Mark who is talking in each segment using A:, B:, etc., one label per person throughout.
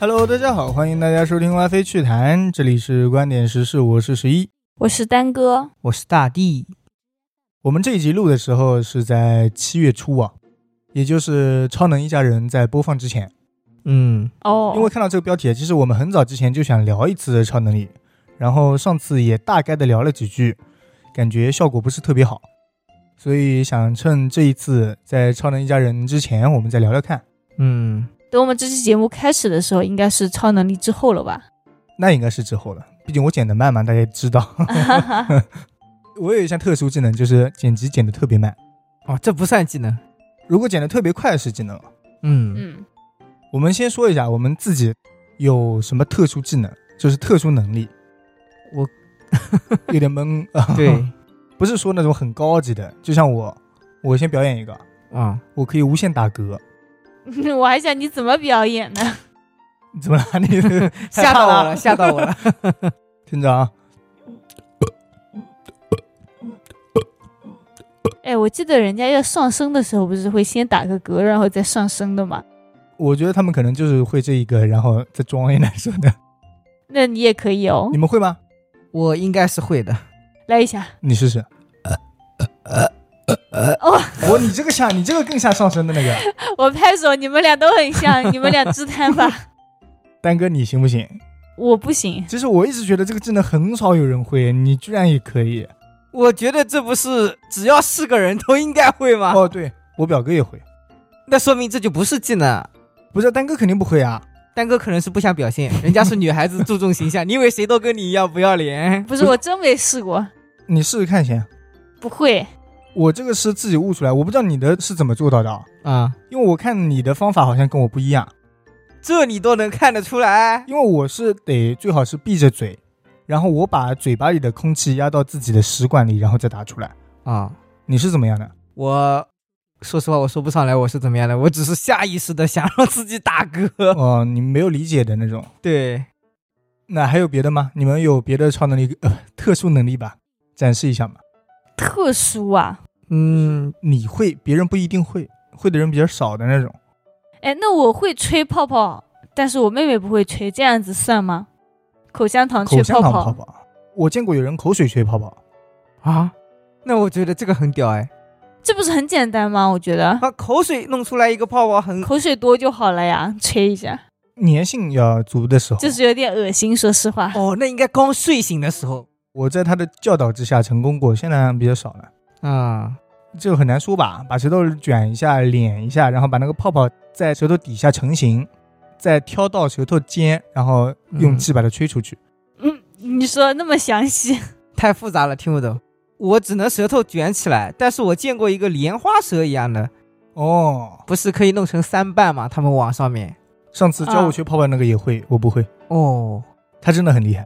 A: Hello，大家好，欢迎大家收听《拉菲趣谈》，这里是观点时事，我是十一，
B: 我是丹哥，
C: 我是大地。
A: 我们这一集录的时候是在七月初啊，也就是《超能一家人》在播放之前。
C: 嗯，
B: 哦，
A: 因为看到这个标题，啊其实我们很早之前就想聊一次超能力，然后上次也大概的聊了几句，感觉效果不是特别好，所以想趁这一次在《超能一家人》之前，我们再聊聊看。
C: 嗯，
B: 等我们这期节目开始的时候，应该是超能力之后了 吧？
A: 那应该是之后了，毕竟我剪得慢嘛，大家也知道。我有一项特殊技能，就是剪辑剪得特别慢，
C: 哦，这不算技能。
A: 如果剪得特别快是技能了。
C: 嗯
B: 嗯，
A: 我们先说一下我们自己有什么特殊技能，就是特殊能力。
C: 我
A: 有点懵，
C: 对，
A: 不是说那种很高级的，就像我，我先表演一个，
C: 啊，
A: 我可以无限打嗝。
B: 我还想你怎么表演呢？
A: 怎么了？你
C: 吓到我了，吓到我了。
A: 听着啊，
B: 哎，我记得人家要上升的时候，不是会先打个嗝，然后再上升的嘛？
A: 我觉得他们可能就是会这一个，然后再装一难受
C: 哦
A: 的。
B: 那你也可以哦
A: 你，们会吗？
C: 我应该是会的。
B: 来一下。
A: 你 试试。
B: 哦，
A: 我你这个像，你这个更像上身的那个。
B: 我拍手，你们俩都很像，你们俩支 摊吧。
A: 丹哥，你行不行？
B: 我不行，
A: 其实我一直觉得这个技能很少有人会，你居然也可以。
C: 我觉得这不是只要是个人都应该会吗？
A: 哦，对我表哥也会，
C: 那说明这就不是技能。
A: 不是丹哥肯定不会啊。
C: 丹哥可能是不想表现，人家是女孩子注重形 象，你以为谁都跟你一样不要脸？
B: 不是我真没试过，
A: 你试试看先。
B: 不会。
A: 我这个是自己悟出来，我不知道你的是怎么做到的，啊，
C: 啊，
A: 因为我看你的方法好像跟我不一样。
C: 这你都能看得出来？
A: 因为我是得最好是闭着嘴，然后我把嘴巴里的空气压到自己的食管里，然后再打出来。
C: 啊，
A: 你是怎么样的？
C: 我说实话，我说不上来我是怎么样的，我只是下意识的想让自己打嗝。
A: 哦、你没有理解的那种。
C: 对，
A: 那还有别的吗？你们有别的超能力、呃、特殊能力吧？展示一下嘛。
B: 特殊啊，
C: 嗯，
A: 你会，别人不一定会，会的人比较少的那种。
B: 哎，那我会吹泡泡，但是我妹妹不会吹，这样子算吗？口香糖吹
A: 口香
B: 嗯泡
A: 糖
B: 泡，
A: 泡泡，我见过有人口水吹泡泡。
C: 啊，那我觉得这个很屌哎！
B: 这不是很简单吗？我觉得
C: 把口水弄出来一个泡泡很，
B: 口水多就好了呀，吹一下，
A: 粘性要足的时候，
B: 就是有点恶心。说实话，
C: 哦，那应该刚睡醒的时候
A: 我在他的教导之下成功过，现在比较少了。
C: 啊，
A: 这个很难说吧？把舌头卷一下、敛一下，然后把那个泡泡在舌头底下成型，再挑到舌头尖，然后用气把它吹出去。
B: 嗯，你说那么详细，
C: 太复杂了，听不懂。我只能舌头卷起来，但是我见过一个莲花舌一样的，
A: 哦，
C: 不是可以弄成三瓣吗？他们网上面
A: 上次教我吹泡泡那个也会，我不会，
C: 哦，
A: 他真的很厉害。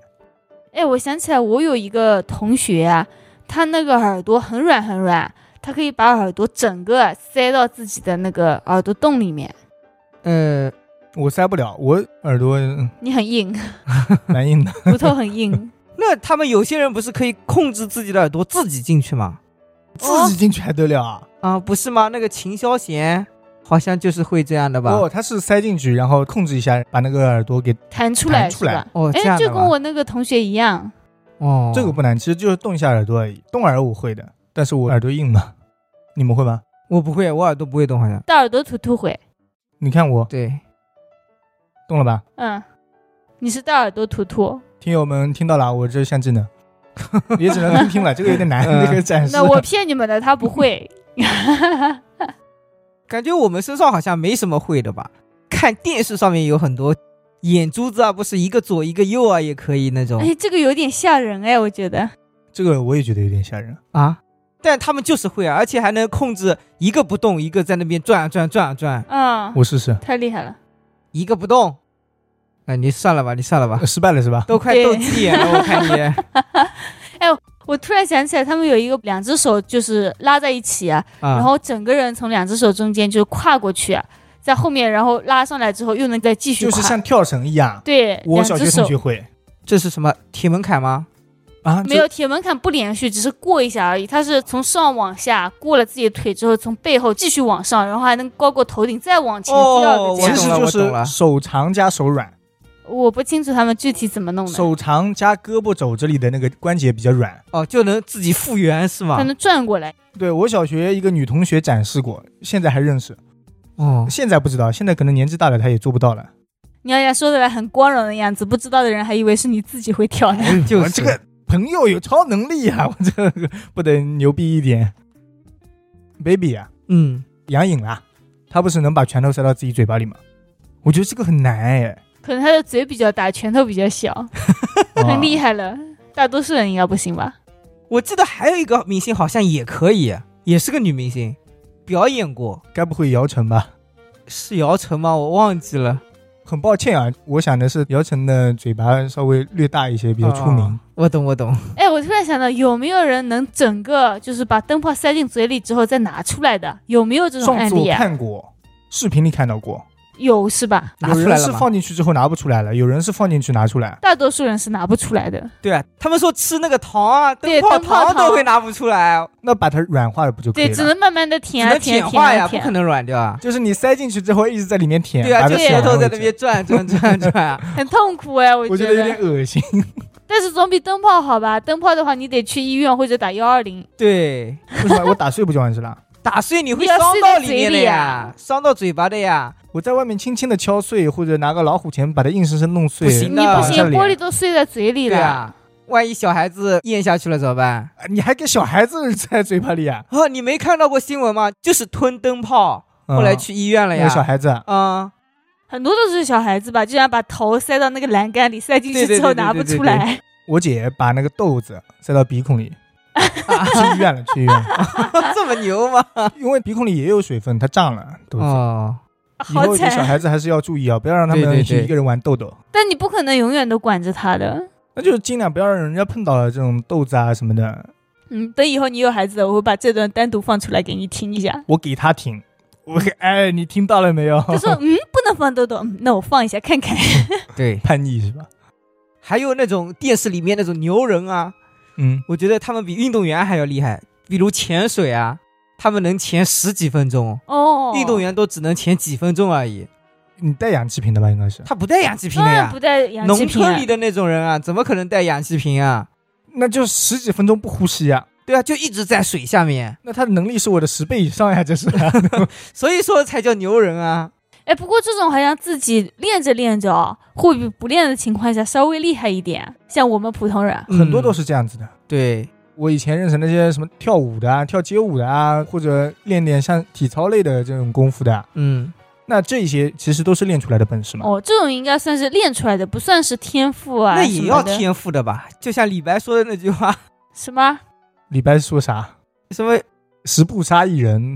B: 哎，我想起来，我有一个同学啊，他那个耳朵很软很软，他可以把耳朵整个塞到自己的那个耳朵洞里面，
C: 呃，
A: 我塞不了，我耳朵嗯
B: 你很硬，
A: 蛮硬的。
B: 骨头很硬，
C: 那他们有些人不是可以控制自己的耳朵自己进去吗？
B: 哦
A: 自己进去还得了啊？
C: 啊，不是吗？那个秦霄贤好像就是会这样的吧？
A: 哦，他是塞进去，然后控制一下，把那个耳朵给
B: 弹出来
A: 弹出来
B: 是吧？
C: 哦，这
B: 哎，
C: 样
B: 就
C: 的
B: 跟
C: 吧？
B: 我那个同学一样，
C: 哦，
A: 这个不难，其实就是动一下耳朵而已。动耳我会的，但是我耳朵硬嘛。你们会吗？
C: 我不会，我耳朵不会动，好像
B: 大耳朵图图会，
A: 你看我
C: 对，
A: 动了吧？
B: 嗯，你是大耳朵图图，
A: 听友们听到了啊，我这项技能 也只能听 听了，这个有点难，
C: 嗯
A: 这个展示。
B: 那我骗你们的，他不会。
C: 感觉我们身上好像没什么会的吧？看电视上面有很多眼珠子啊，不是一个左一个右啊，也可以那种、
B: 哎，这个有点吓人哎，我觉得。
A: 这个我也觉得有点吓人。
C: 啊。但他们就是会啊，而且还能控制一个不动，一个在那边转啊转啊转啊转啊，
B: 嗯，
A: 我试试，
B: 太厉害了。
C: 一个不动。哎，你算了吧，你算 了吧
A: 呃，失败了是吧？
C: 都快
B: 对
C: 斗鸡眼了，我看 你。啊
B: 我突然想起来，他们有一个两只手就是拉在一起啊，
C: 啊、
B: 然后整个人从两只手中间就跨过去啊，在后面，然后拉上来之后又能再继续
A: 就
B: 跨。
A: 是像跳绳一样。
B: 对，
A: 我
B: 两
A: 小
B: 只
A: 学同
B: 手
A: 学会
C: 这是什么铁门槛吗？
A: 啊，这
B: 没有铁门槛不连续，只是过一下而已。他是从上往下过了自己的腿之后，从背后继续往上，上，然后还能高过头顶再往前
C: 哦
B: 第二个
C: 我
B: 这
A: 其
C: 懂
B: 样。
A: 实
C: 了
A: 就是
C: 我懂了
A: 手长加手软，
B: 我不清楚他们具体怎么弄的，
A: 手长加胳膊肘这里的那个关节比较软。
C: 哦，就能自己复原是吗
B: 他？能转过来。
A: 对我小学一个女同学展示过，现在还认识，
C: 哦，
A: 现在不知道，现在可能年纪大了她也做不到了。
B: 鸟呀说的来很光荣的样子，不知道的人还以为是你自己会跳呢。
C: 就
A: 我
C: 是
A: 哎这个朋友有超能力啊， 我这个不得牛逼一点？baby 啊，
C: 嗯，
A: 杨颖啦，她不是能把拳头塞到自己嘴巴里吗？我觉得这个很难哎，
B: 可能他的嘴比较大，拳头比较小，
C: 啊
B: 很厉
A: 害。
B: 害了。大多数人应该不行吧？
C: 我记得还有一个明星好像也可以，也是个女明星，表演过，
A: 该不会姚晨吧？
C: 是姚晨吗？我忘记了，
A: 很抱歉啊，我想的是姚晨的嘴巴稍微略大一些，比较出名。
C: 哦我懂，我懂。
B: 哎，我突然想到，有没有人能整个就是把灯泡塞进嘴里之后再拿出来的？有没有这种
A: 上
B: 案
A: 次
B: 例
A: 我
B: 啊？
A: 看过，视频里看到过，
B: 有是吧？
C: 拿出
A: 有
C: 来
A: 人
C: 了
A: 是
C: 吗
A: 放进去之后拿不出来了，有人是放进去拿出来。
B: 大多数人是拿不出来的。
C: 对啊，他们说吃那个糖啊，
B: 对
C: 泡
B: 灯泡
C: 糖
B: 糖
C: 都会拿不出来，
A: 那把它软化了不就可以
B: 对，
A: 了？
B: 只能慢慢的
C: 只
B: 舔啊
C: 能
B: 舔
C: 舔
B: 啊
C: 化
B: 舔啊
C: 呀，不
B: 舔
C: 可
B: 啊。
C: 能软掉啊。
A: 就是你塞进去之后一直在里面舔，
C: 对啊，
A: 把
C: 就
A: 它
B: 对
A: 舔
C: 舌
A: 完
C: 头在
A: 为
C: 那
A: 止
C: 边转转转 转啊。
B: 很痛苦哎，我
A: 我觉
B: 觉
A: 得有点恶 心。
B: 但是总比灯泡好吧？灯泡的话，你得去医院或者打幺二零。
C: 对，
A: 为什么我打碎不就完事了？
C: 打碎你会
B: 你要
C: 伤
B: 塞
C: 到
B: 在
C: 里
B: 嘴
C: 面的
B: 里
C: 呀
B: 啊，
C: 伤到嘴巴的呀。
A: 我在外面轻轻的敲碎，或者拿个老虎钳把它硬生生弄碎。
C: 不行
B: 你不
C: 的
A: 打
B: 行
A: 上，脸
B: 玻璃都碎在嘴里
C: 对
B: 了。
C: 啊，万一小孩子咽下去了怎么办？
A: 啊你还给小孩子塞嘴巴里啊？
C: 啊，你没看到过新闻吗？就是吞灯泡，
A: 嗯
C: 后来去医院了
A: 那
C: 呀
A: 个。小孩子啊，
C: 啊，
B: 很多都是小孩子吧，竟然把头塞到那个栏杆里，塞进
C: 对
B: 去
C: 对
B: 之后
C: 对对
B: 拿
C: 对
B: 不
C: 对
B: 出
C: 对
B: 来。
A: 我姐把那个豆子塞到鼻 孔里，去医院了，去医院了，
C: 这么牛吗？
A: 因为鼻孔里也有水分，它胀了豆子。
C: 啊哦，
A: 以后
B: 好
A: 给小
B: 惨！
A: 孩子还是要注意啊，不要让他
C: 对对
A: 们
C: 对
A: 去一个人玩豆豆。
B: 但你不可能永远都管着他的。
A: 那就是尽量不要让人家碰到这种豆子啊什么的。
B: 嗯，等以后你有孩子了，我会把这段单独放出来给你听一下。
A: 我给他听，我给哎，你听到了没有？
B: 他 说：“嗯，不能放豆豆，嗯，那我放一下看 看。
C: 对，
A: 叛逆是吧？
C: 还有那种电视里面那种牛人啊，
A: 嗯，
C: 我觉得他们比运动员还要厉害。比如潜水啊，他们能潜十几分钟”，
B: 哦，
C: 运动员都只能潜几分钟而已。
A: 你带氧气瓶的吧？应该是，
C: 他不带氧气瓶
B: 当
C: 的
B: 然
C: 呀
B: 不，带氧气
C: 农
B: 瓶啊、
C: 村里的那种人啊，怎么可能带氧气瓶啊？
A: 那就十几分钟不呼吸啊。
C: 对啊，就一直在水下面，
A: 那他的能力是我的十倍以上呀，这是。
B: 嗯
C: 所以说才叫牛人啊。
B: 哎，不过这种好像自己练着练着哦，会比不练的情况下稍微厉害一点。啊像我们普通人，啊
A: 很多
C: 嗯
A: 都是这样子的。
C: 对，
A: 我以前认识那些什么跳舞的啊、跳街舞的啊，或者练点像体操类的这种功夫的啊，
C: 嗯，
A: 那这些其实都是练出来的本事嘛。
B: 哦，这种应该算是练出来的，不算是天赋啊。
C: 那也要
B: 天
C: 天赋的吧？就像李白说的那句话，
B: 什么？
A: 李白说啥？
C: 什么
A: 十步杀一人，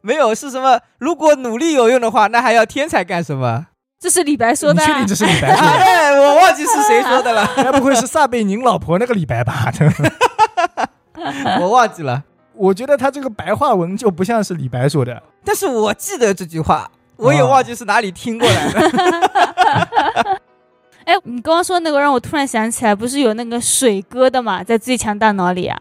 C: 没有是什么？如果努力有用的话，那还要天才干 什么？
B: 这是李白说
A: 你
B: 的啊。
A: 确定这是李白说 的？
C: 哎，我忘记是谁说的了，
A: 该不会是撒贝宁老婆那个李白吧？
C: 我忘记了。
A: 我觉得他这个白话文就不像是李白说的。
C: 但是我记得这句话，我也忘记是哪里听过来的。
B: 哎，你刚刚说那个让我突然想起来，不是有那个水哥的嘛，在《最强大脑》里啊。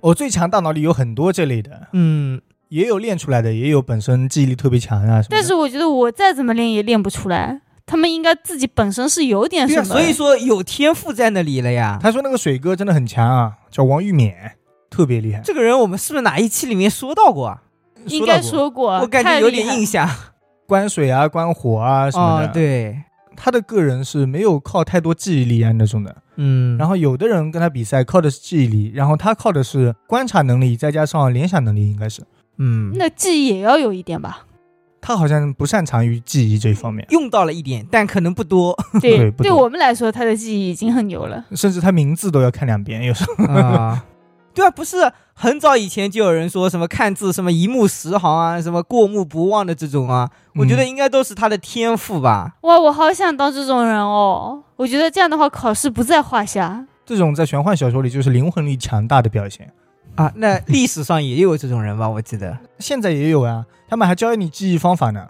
A: 我、最强大脑里有很多这类的，
C: 嗯，
A: 也有练出来的，也有本身记忆力特别强啊什么的。
B: 但是我觉得我再怎么练也练不出来，他们应该自己本身是有点
C: 对
B: 什
C: 呀，
B: 么。
C: 所以说有天赋在那里了呀。
A: 他说那个水哥真的很强啊，叫王玉冕，特别厉害。
C: 这个人我们是不是哪一期里面说到过啊？
B: 应该
A: 到过
B: 说过，
C: 我感觉
B: 啊太
C: 有
B: 厉
C: 点
B: 害
C: 印
B: 了。
C: 象。
A: 关水啊、关火啊什么
C: 哦
A: 的。，
C: 对，
A: 他的个人是没有靠太多记忆力啊那种的。
C: 嗯，
A: 然
C: 后
A: 后有的人跟他比赛靠的是记忆力，然后他靠的是观察能力，再加上联想能力，应该是
C: 嗯，
B: 那记忆也要有一点 吧？
A: 他好像不擅长于记忆这一方面，
C: 用到了一点，但可能不多
A: 对
B: 对，
A: 不
B: 对
A: 多
B: 我们来说，他的记忆已经很牛了。
A: 甚至他名字都要看两遍，有时候。
B: 嗯
C: 啊。 对啊，不是很早以前就有人说什么看字什么一目十行啊，什么过目不忘的这种啊，我觉得
A: 嗯
C: 应该都是他的天赋吧。
B: 哇，我好想当这种人哦！我觉得这样的话，考试不在话下。
A: 这种在玄幻小说里就是灵魂力强大的表现，
C: 啊，那历史上也有这种人吧？我记得，
A: 现在也有啊，他们还教你记忆方法
C: 嗯
A: 呢。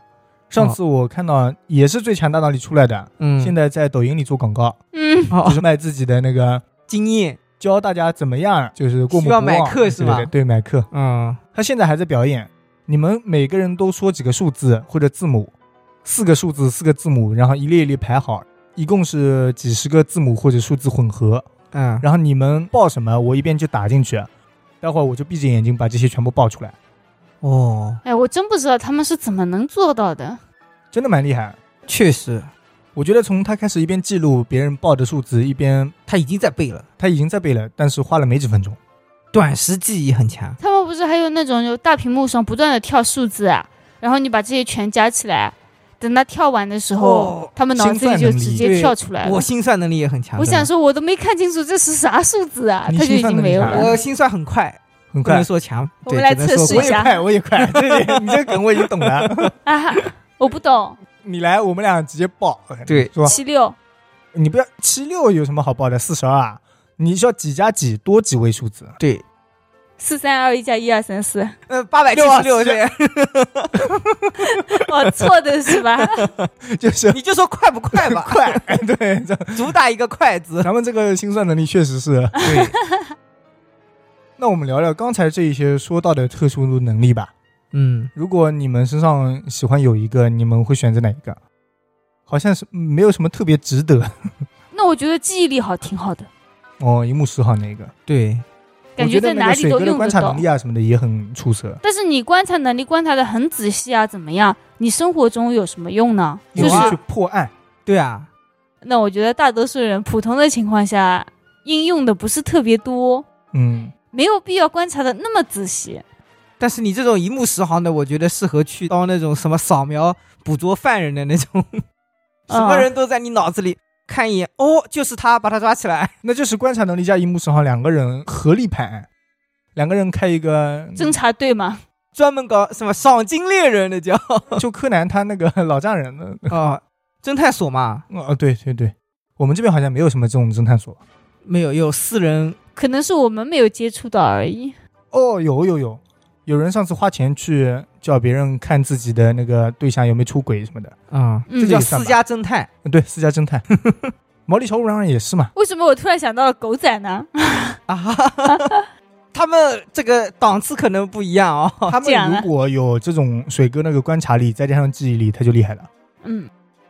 A: 上次我看到也是最强大脑里出来的，
C: 嗯，
A: 现在在抖音里做广告，
B: 嗯，
C: 哦
A: 就是卖自己的那个
C: 经验，
A: 教大家怎么样，就是过目
C: 需
A: 不
C: 要
A: 忘。
C: 买课哦是
A: 对对
C: 吧
A: 对对，买课。
C: 嗯，
A: 他现在还在表演，你们每个人都说几个数字或者字母，四个数字四个字母，然后一列一列排好，一共是几十个字母或者数字混合。
C: 嗯，
A: 然后你们报什么，我一遍就打进去，待会儿我就闭着眼睛把这些全部报出来，
C: 哦，
B: 哎，我真不知道他们是怎么能做到的。
A: 真的蛮厉害。
C: 确实，
A: 我觉得从他开始一边记录别人报的数字，一边
C: 他已经在背了，
A: 他已经在背了，但是花了没几分钟。
C: 短时记忆很强。
B: 他们不是还有那种就大屏幕上不断的跳数字啊，然后你把这些全加起来，等他跳完的时候，
C: 哦
B: 他们脑子里
A: 心算
B: 就直
A: 能
B: 接
C: 力
B: 跳出来了。
C: 我心算能力也很强。
B: 我想
C: 真
B: 说，我都没看清楚这是啥数字啊，
A: 你
B: 他就已
A: 心算
B: 经
A: 能力
B: 没有
A: 啥
C: 的
B: 了。
C: 我心算很快，
A: 很
C: 不能
A: 快，
C: 说强。
B: 我们来
C: 对只能说
B: 测试一
C: 快
B: 下
A: 我也快， 我也快，这你这个梗我已经懂了。
B: 啊，我不懂，
A: 你来，我们俩直接报，
C: 对
A: 是吧？
B: 七六
A: 你不要七六有什么好报的？四十二啊，你需要几加几多几位 数字？
C: 对，
B: 四三二一加一二三四，
C: 呃，八百七十六啊对，
B: 哦，错的是吧？
A: 就是
C: 你就说快不 快吧，
A: 快，对，这
C: 主打一个快字。
A: 咱们这个心算能力确实是。
C: 对，
A: 那我们聊聊刚才这一些说到的特殊能力吧。
C: 嗯，
A: 如果你们身上喜欢有一个，你们会选择哪一个？好像是嗯没有什么特别值得
B: 那我觉得记忆力好挺好的，
A: 哦，一目十行那个，
C: 对，
B: 感
A: 我觉得
B: 在
A: 那个
B: 哪里
A: 水
B: 都
A: 哥的
B: 用
A: 观
B: 得
A: 察
B: 到
A: 能力。啊什么的也很出色。
B: 但是你观察能力观察的很仔细啊，怎么样？你生活中有什么用呢？
C: 有
B: 就是
C: 啊
A: 去破案，
C: 对啊，
B: 那我觉得大多数人普通的情况下应用的不是特别多，
A: 嗯，
B: 没有必要观察的那么仔细。
C: 但是你这种一目十行的，我觉得适合去当那种什么扫描捕捉犯人的那种，
B: 啊
C: 什么人都在你脑子里看一眼，哦，就是他，把他抓起来。
A: 那就是观察能力加一目十行两个人合力排案，两个人开一个
B: 侦查队嘛，
C: 专门搞什么赏金猎人的叫
A: 就柯南他那个老丈人的，
C: 啊， 侦探所嘛，
A: 哦，对对对，我们这边好像没有什么这种侦探所。
C: 没有有四人
B: 可能是我们没有接触到而已。
A: 哦，有有有，有人上次花钱去叫别人看自己的那个对象有没有出轨什么的，
C: 啊，
B: 嗯
C: 这叫
A: 也算
C: 私
A: 吧
C: 家侦探。
A: 嗯对，私家侦探， 毛利小五郎也是嘛，
B: 为什么我突然想到了狗仔呢？
C: 啊 哈哈哈，他们这个档次可能不一样哦。
A: 他
B: 这样
A: 们
B: 啊
A: 如果有这种水哥那个观察力，再加上记忆力，他就厉害了，
B: 嗯，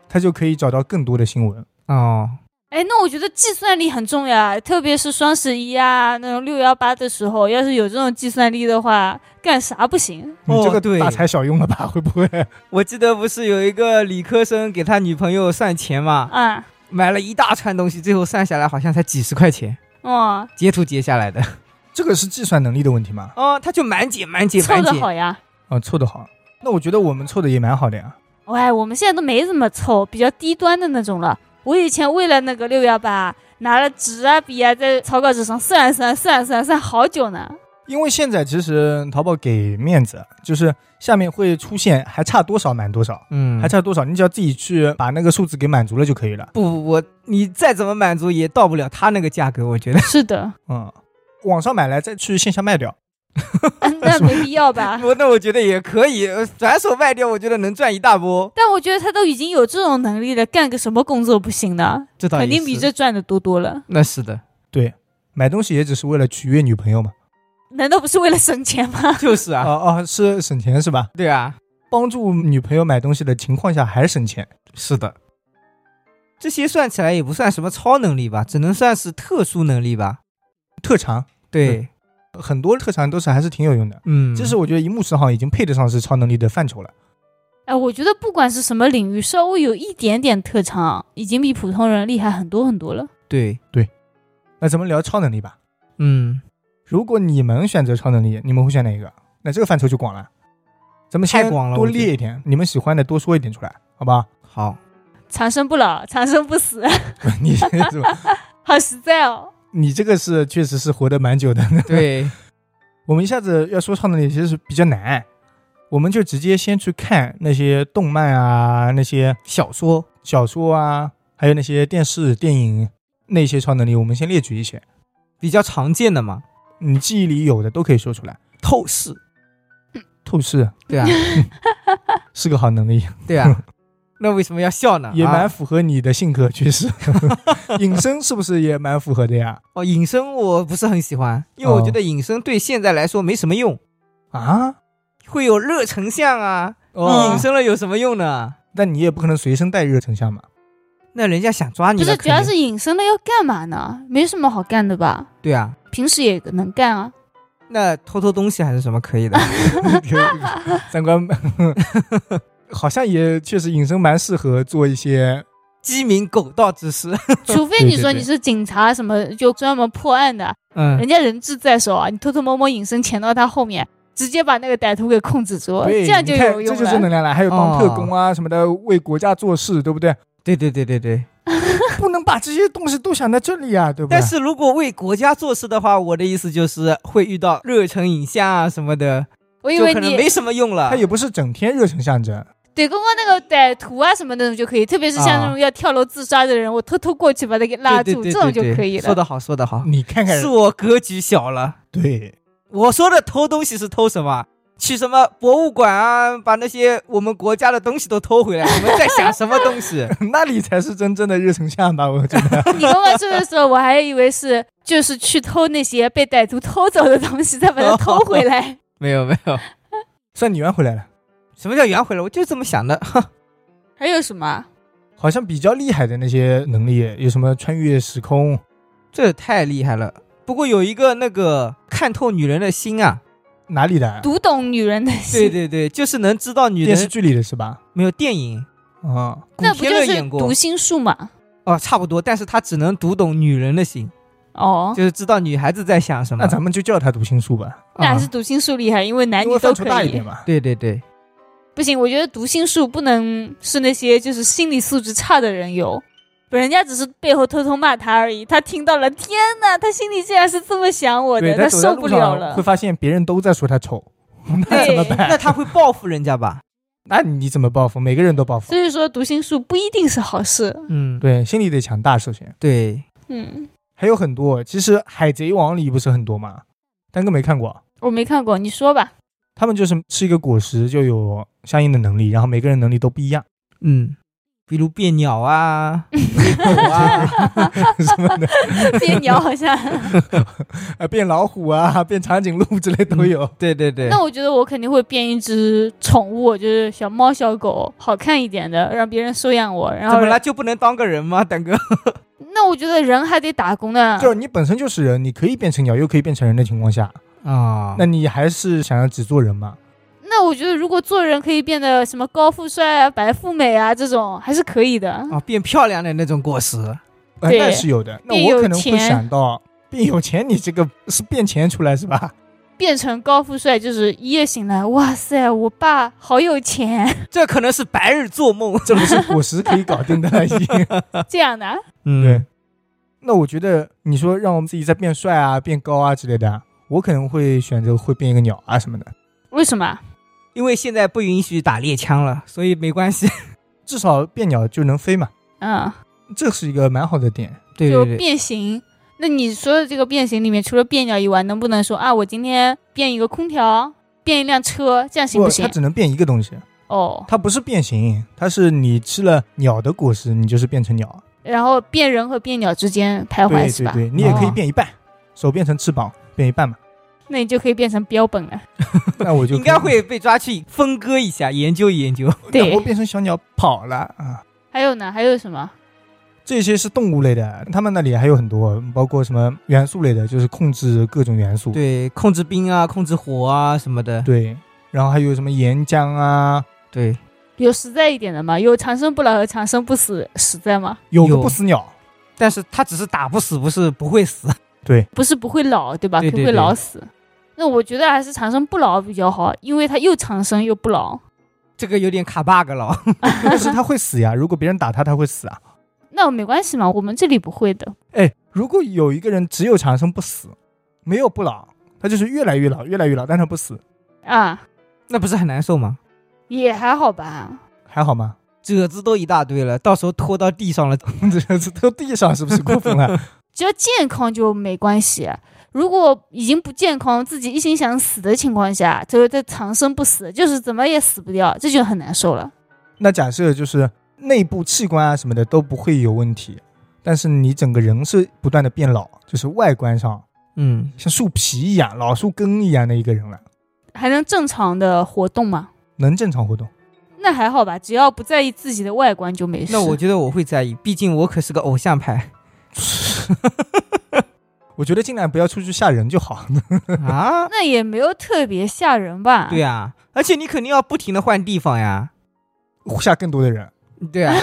A: 他就可以找到更多的新闻。
C: 哦，
B: 哎，那我觉得计算力很重要啊，特别是双十一啊，那种六幺八的时候，要是有这种计算力的话，干啥不行？
A: 你这
C: 哦对
A: 个大材小用了吧？会不会？
C: 我记得不是有一个理科生给他女朋友算钱嘛，
B: 啊，
C: 买了一大串东西，最后算下来好像才几十块钱，
B: 哦，
C: 截图截下来的。
A: 这个是计算能力的问题吗？
C: 哦，他就满减满减
B: 凑
C: 满
B: 的
C: 减。
B: 好呀。
A: 啊，凑得好。那我觉得我们凑的也蛮好的呀。
B: 喂，我们现在都没怎么凑，比较低端的那种了。我以前为了那个六幺八，拿了纸啊笔啊，在草稿纸上算啊算啊算啊算啊算好久呢。
A: 因为现在其实淘宝给面子，就是下面会出现还差多少满多少，
C: 嗯，
A: 还差多少，你只要自己去把那个数字给满足了就可以了。
C: 不不不，你再怎么满足也到不了他那个价格，我觉得。
B: 是的，
A: 嗯，网上买来再去线下卖掉，
B: 嗯 那没必要吧？
C: 我那我觉得也可以，呃转手卖掉，我觉得能赚一大波。
B: 但我觉得他都已经有这种能力了，干个什么工作不行呢？
C: 这倒也
B: 肯定比
C: 是
B: 这赚的多多了。
C: 那是的，
A: 买东西也只是为了取悦女朋友嘛。
B: 难道不是为了省钱吗？
C: 就是
A: 哦
C: 啊，
A: 哦，是省钱是吧？
C: 对啊，
A: 帮助女朋友买东西的情况下还省钱，
C: 是的。这些算起来也不算什么超能力吧，只能算是特殊能力吧。
A: 特长
C: 对，
A: 很多特长都是还是挺有用的。
C: 嗯，
A: 其实我觉得一目十行已经配得上是超能力的范畴了。
B: 哎，我觉得不管是什么领域，稍微有一点点特长，已经比普通人厉害很多很多了。
C: 对，
A: 那咱们聊超能力吧。
C: 嗯，
A: 如果你们选择超能力，你们会选哪一个？那这个范畴就广了，咱们先
C: 太广了
A: 多
C: 我觉得
A: 列一点，你们喜欢的多说一点出来，好 吧？
C: 好，
B: 长生不老， 长生不死，
A: 你这个是吧
B: 好实在哦。
A: 你这个是确实是活得蛮久的。
C: 对，
A: 我们一下子要说超能力，其实是比较难，我们就直接先去看那些动漫啊、那些
C: 小说，
A: 小说啊，还有那些电视、电影那些超能力，我们先列举一些，
C: 比较常见的嘛，
A: 你记忆里有的都可以说出来。
C: 透视，
B: 嗯
A: 透视
C: 对啊，
A: 是个好能力，
C: 对啊，那为什么要笑呢？
A: 也蛮
C: 啊、
A: 符合你的性格，确 实。隐身是不是也蛮符合的呀？
C: 哦，隐身我不是很喜欢，因为我觉得隐身对现在来说没什么用，
A: 啊，
C: 会有热成像啊，
A: 哦
C: 隐身了有什么用呢？
A: 但你也不可能随身带热成像 嘛。
C: 那人家想抓你
B: 不
C: 了，
B: 是，主要
C: 肯定
B: 是隐身了要干嘛呢？没什么好干的吧？
C: 对啊，
B: 平时也能干 啊。
C: 那偷偷东西还是什么 可以的，
A: 三观 好像也确实隐身蛮适合做一些，
C: 鸡鸣狗盗之事。
B: 除非
A: 对
B: 你
A: 对
B: 说
A: 对
B: 你是警察什么，就专门破案的，啊人
C: 嗯，
B: 家人质在手啊，你偷偷摸摸隐身潜到他后面，直接把那个歹徒给控制住，
A: 对，
B: 哦这样就
A: 你看
B: 有用
A: 这就正
B: 了。哦
A: 能量了。还有当特工啊什么的，为国家做事，对不对？
C: 对对对对对。
A: 不能把这些东西都想到这里啊，对不对？
C: 但是如果为国家做事的话，我的意思就是会遇到热成影像啊什么的，
B: 我以
C: 就
B: 为
C: 可能
B: 你
C: 没什么用
B: 啊
C: 了
A: 他。也不是整天热成像这，
B: 对刚刚那
C: 嗯
B: 个歹徒啊什么那种就可以，特别是像那种要跳楼自杀的人，我偷偷过去把他给拉
C: 对
B: 住，
C: 对对
B: 这种就
C: 对对
B: 可以
C: 说
B: 了。
C: 得好，说得好，
A: 你看看
C: 是，我格局小了。
A: 对，
C: 我说的偷东西是偷什么？去什么博物馆啊，把那些我们国家的东西都偷回来？你们在想什么 东西？
A: 那里才是真正的热成像吧？我觉得
B: 你刚刚说的时候，我还以为是就是去偷那些被歹徒偷走的东西，再把 它偷回来。
C: 没有没有，
A: 算你圆回来了。
C: 什么叫圆回来？我就这么想的。
B: 还有什么啊？
A: 好像比较厉害的那些能力，有什么穿越时空，
C: 这太厉害了。不过有一个那个看透女人的 心啊，
A: 哪里的？
B: 读懂女人的
C: 对
B: 心，
C: 对对，就是能知道女
A: 电视
C: 人
A: 剧里的是吧？
C: 没有电影，
A: 啊、
C: 古
B: 那不
C: 天
B: 就
C: 乐
B: 是
C: 演过
B: 读心术嘛？
C: 哦，差不多，但是他只能读懂女人的心，
B: 哦，
C: 就是知道女孩子在想什么。
A: 那咱们就叫他读心术吧，
B: 那还是
C: 啊
B: 读心术厉害，因为男
A: 因
B: 女
A: 为
B: 哎都
A: 范畴
B: 可
A: 大一
B: 以
A: 点。嘛。
C: 对对对，
B: 不行，我觉得读心术不能是那些就是心理素质差的人有，不人家只是背后偷偷骂他而已，他听到了，天哪，他心里竟然是这么想我
A: 对
B: 的，他
A: 走在
B: 受
A: 路
B: 不了
A: 上会
B: 了。
A: 发现别人都在说他丑， 那
B: 对
A: 怎么办？
C: 那他会报复人家吧？
A: 那你怎么报复？每个人都报复
B: 所。以说读心术不一定是好事。
C: 嗯，
A: 对，心理得强大，首先
C: 对，
B: 嗯，
A: 还有很多。其实《海贼王》里不是很多嘛，丹哥没看过。
B: 我没看过，你 说吧。
A: 他们就是吃一个果实就有相应的能力，然后每个人能力都不一样
C: 嗯，比如变鸟啊，变狗啊，
A: 什么的，
B: 变鸟 好像，
A: 啊，变老虎啊， 变长颈鹿之类都有。
C: 对对对，
B: 那我觉得我肯定会变一只宠物，就是小猫小狗，好看一点的，让别人收养我。然
C: 怎
B: 后
C: 么，了就不能当个人吗，蛋哥？
B: 那我觉得人还得打工呢。
A: 嗯就是你本身就是人，你可以变成鸟，又可以变成人的情况下，
C: 啊
A: 那你还是想要只做人嘛？
B: 那我觉得，如果做人可以变得什么高富帅啊、白富美啊这种，还是可以的。
A: 哦
C: 啊，变漂亮的那种果实，
A: 呃，
B: 对
A: 那是有的。那
B: 变
A: 我
B: 有
A: 可能会
B: 钱
A: 想到变有钱，你这个是变钱出来是吧？
B: 变成高富帅，就是一夜醒来，哇塞，我爸好 有钱，
C: 这可能是白日做梦。
A: 这不是果实可以搞定的了已 经。
B: 这样的啊。
C: 嗯
A: 对，那我觉得你说让我们自己再变帅啊、变高啊之类的，我可能会选择会变一个鸟啊什么的，
B: 为什么？
C: 因为现在不允许打猎枪了，所以没关系。
A: 至少变鸟就能飞嘛，
B: 嗯，
A: 这是一个蛮好的点。
C: 对
B: 就
C: 对对，
B: 变形。那你说的这个变形里面，除了变鸟以外，能不能说啊，我今天变一个空调，变一辆车，这样行
A: 不，
B: 不行
A: 它？只能变一个东西，
B: 哦，
A: 它不是变形，它是你吃了鸟的果实，你就是变成鸟。
B: 然后变人和变鸟之间徘徊
A: 对
B: 是
A: 对
B: 吧？
A: 对，你也可以
C: 哦
A: 变一半，手变成翅膀，变一半 嘛。
B: 那你就可以变成标本了。
A: 那我就
C: 应该
A: 可以，
C: 会被抓去分割一下，研究研究。
A: 然后
B: 对，
A: 变成小鸟跑了啊。
B: 还有呢？还有什么？
A: 这些是动物类的，他们那里还有很多，包括什么元素类的，就是控制各种元素。
C: 对，控制冰啊，控制火啊什么的。
A: 对，然后还有什么岩浆啊，
C: 对，
B: 有实在一点的吗？有长生不老和长生不死实在吗？
A: 有个
C: 有
A: 不死鸟，
C: 但是他只是打不死，不是不会死。
B: 不是不会老，对吧？
C: 对对
B: 不会
C: 对
B: 老死。那我觉得还是长生不老比较好，因为它又长生又不老。
C: 这个有点卡 bug 了。
A: 但是它会死呀。如果别人打它，它会死啊。
B: 那没关系嘛，我们这里不会的。
A: 哎，如果有一个人只有长生不死，没有不老，他就是越来越老，越来越老，但他不死，
B: 啊，
C: 那不是很难受吗？
B: 也还好吧。
A: 还好吗？
C: 褶子都一大堆了，到时候拖到地上了。
A: 这这都地上是不是过分了？
B: 只要健康就没关系。如果已经不健康，自己一心想死的情况下，就是在长生不死，就是怎么也死不掉，这就很难受了。
A: 那假设就是内部器官啊什么的都不会有问题，但是你整个人是不断的变老，就是外观上
C: 嗯，
A: 像树皮一样、老树根一样的一个人了，
B: 还能正常的活动吗？
A: 能正常活动。
B: 那还好吧，只要不在意自己的外观就没事。
C: 那我觉得我会在意，毕竟我可是个偶像 派
A: 我觉得尽量不要出去吓人就好。
C: 啊。
B: 那也没有特别吓人吧？
C: 对啊，而且你肯定要不停的换地方呀。
A: 吓更多的人。
C: 对啊，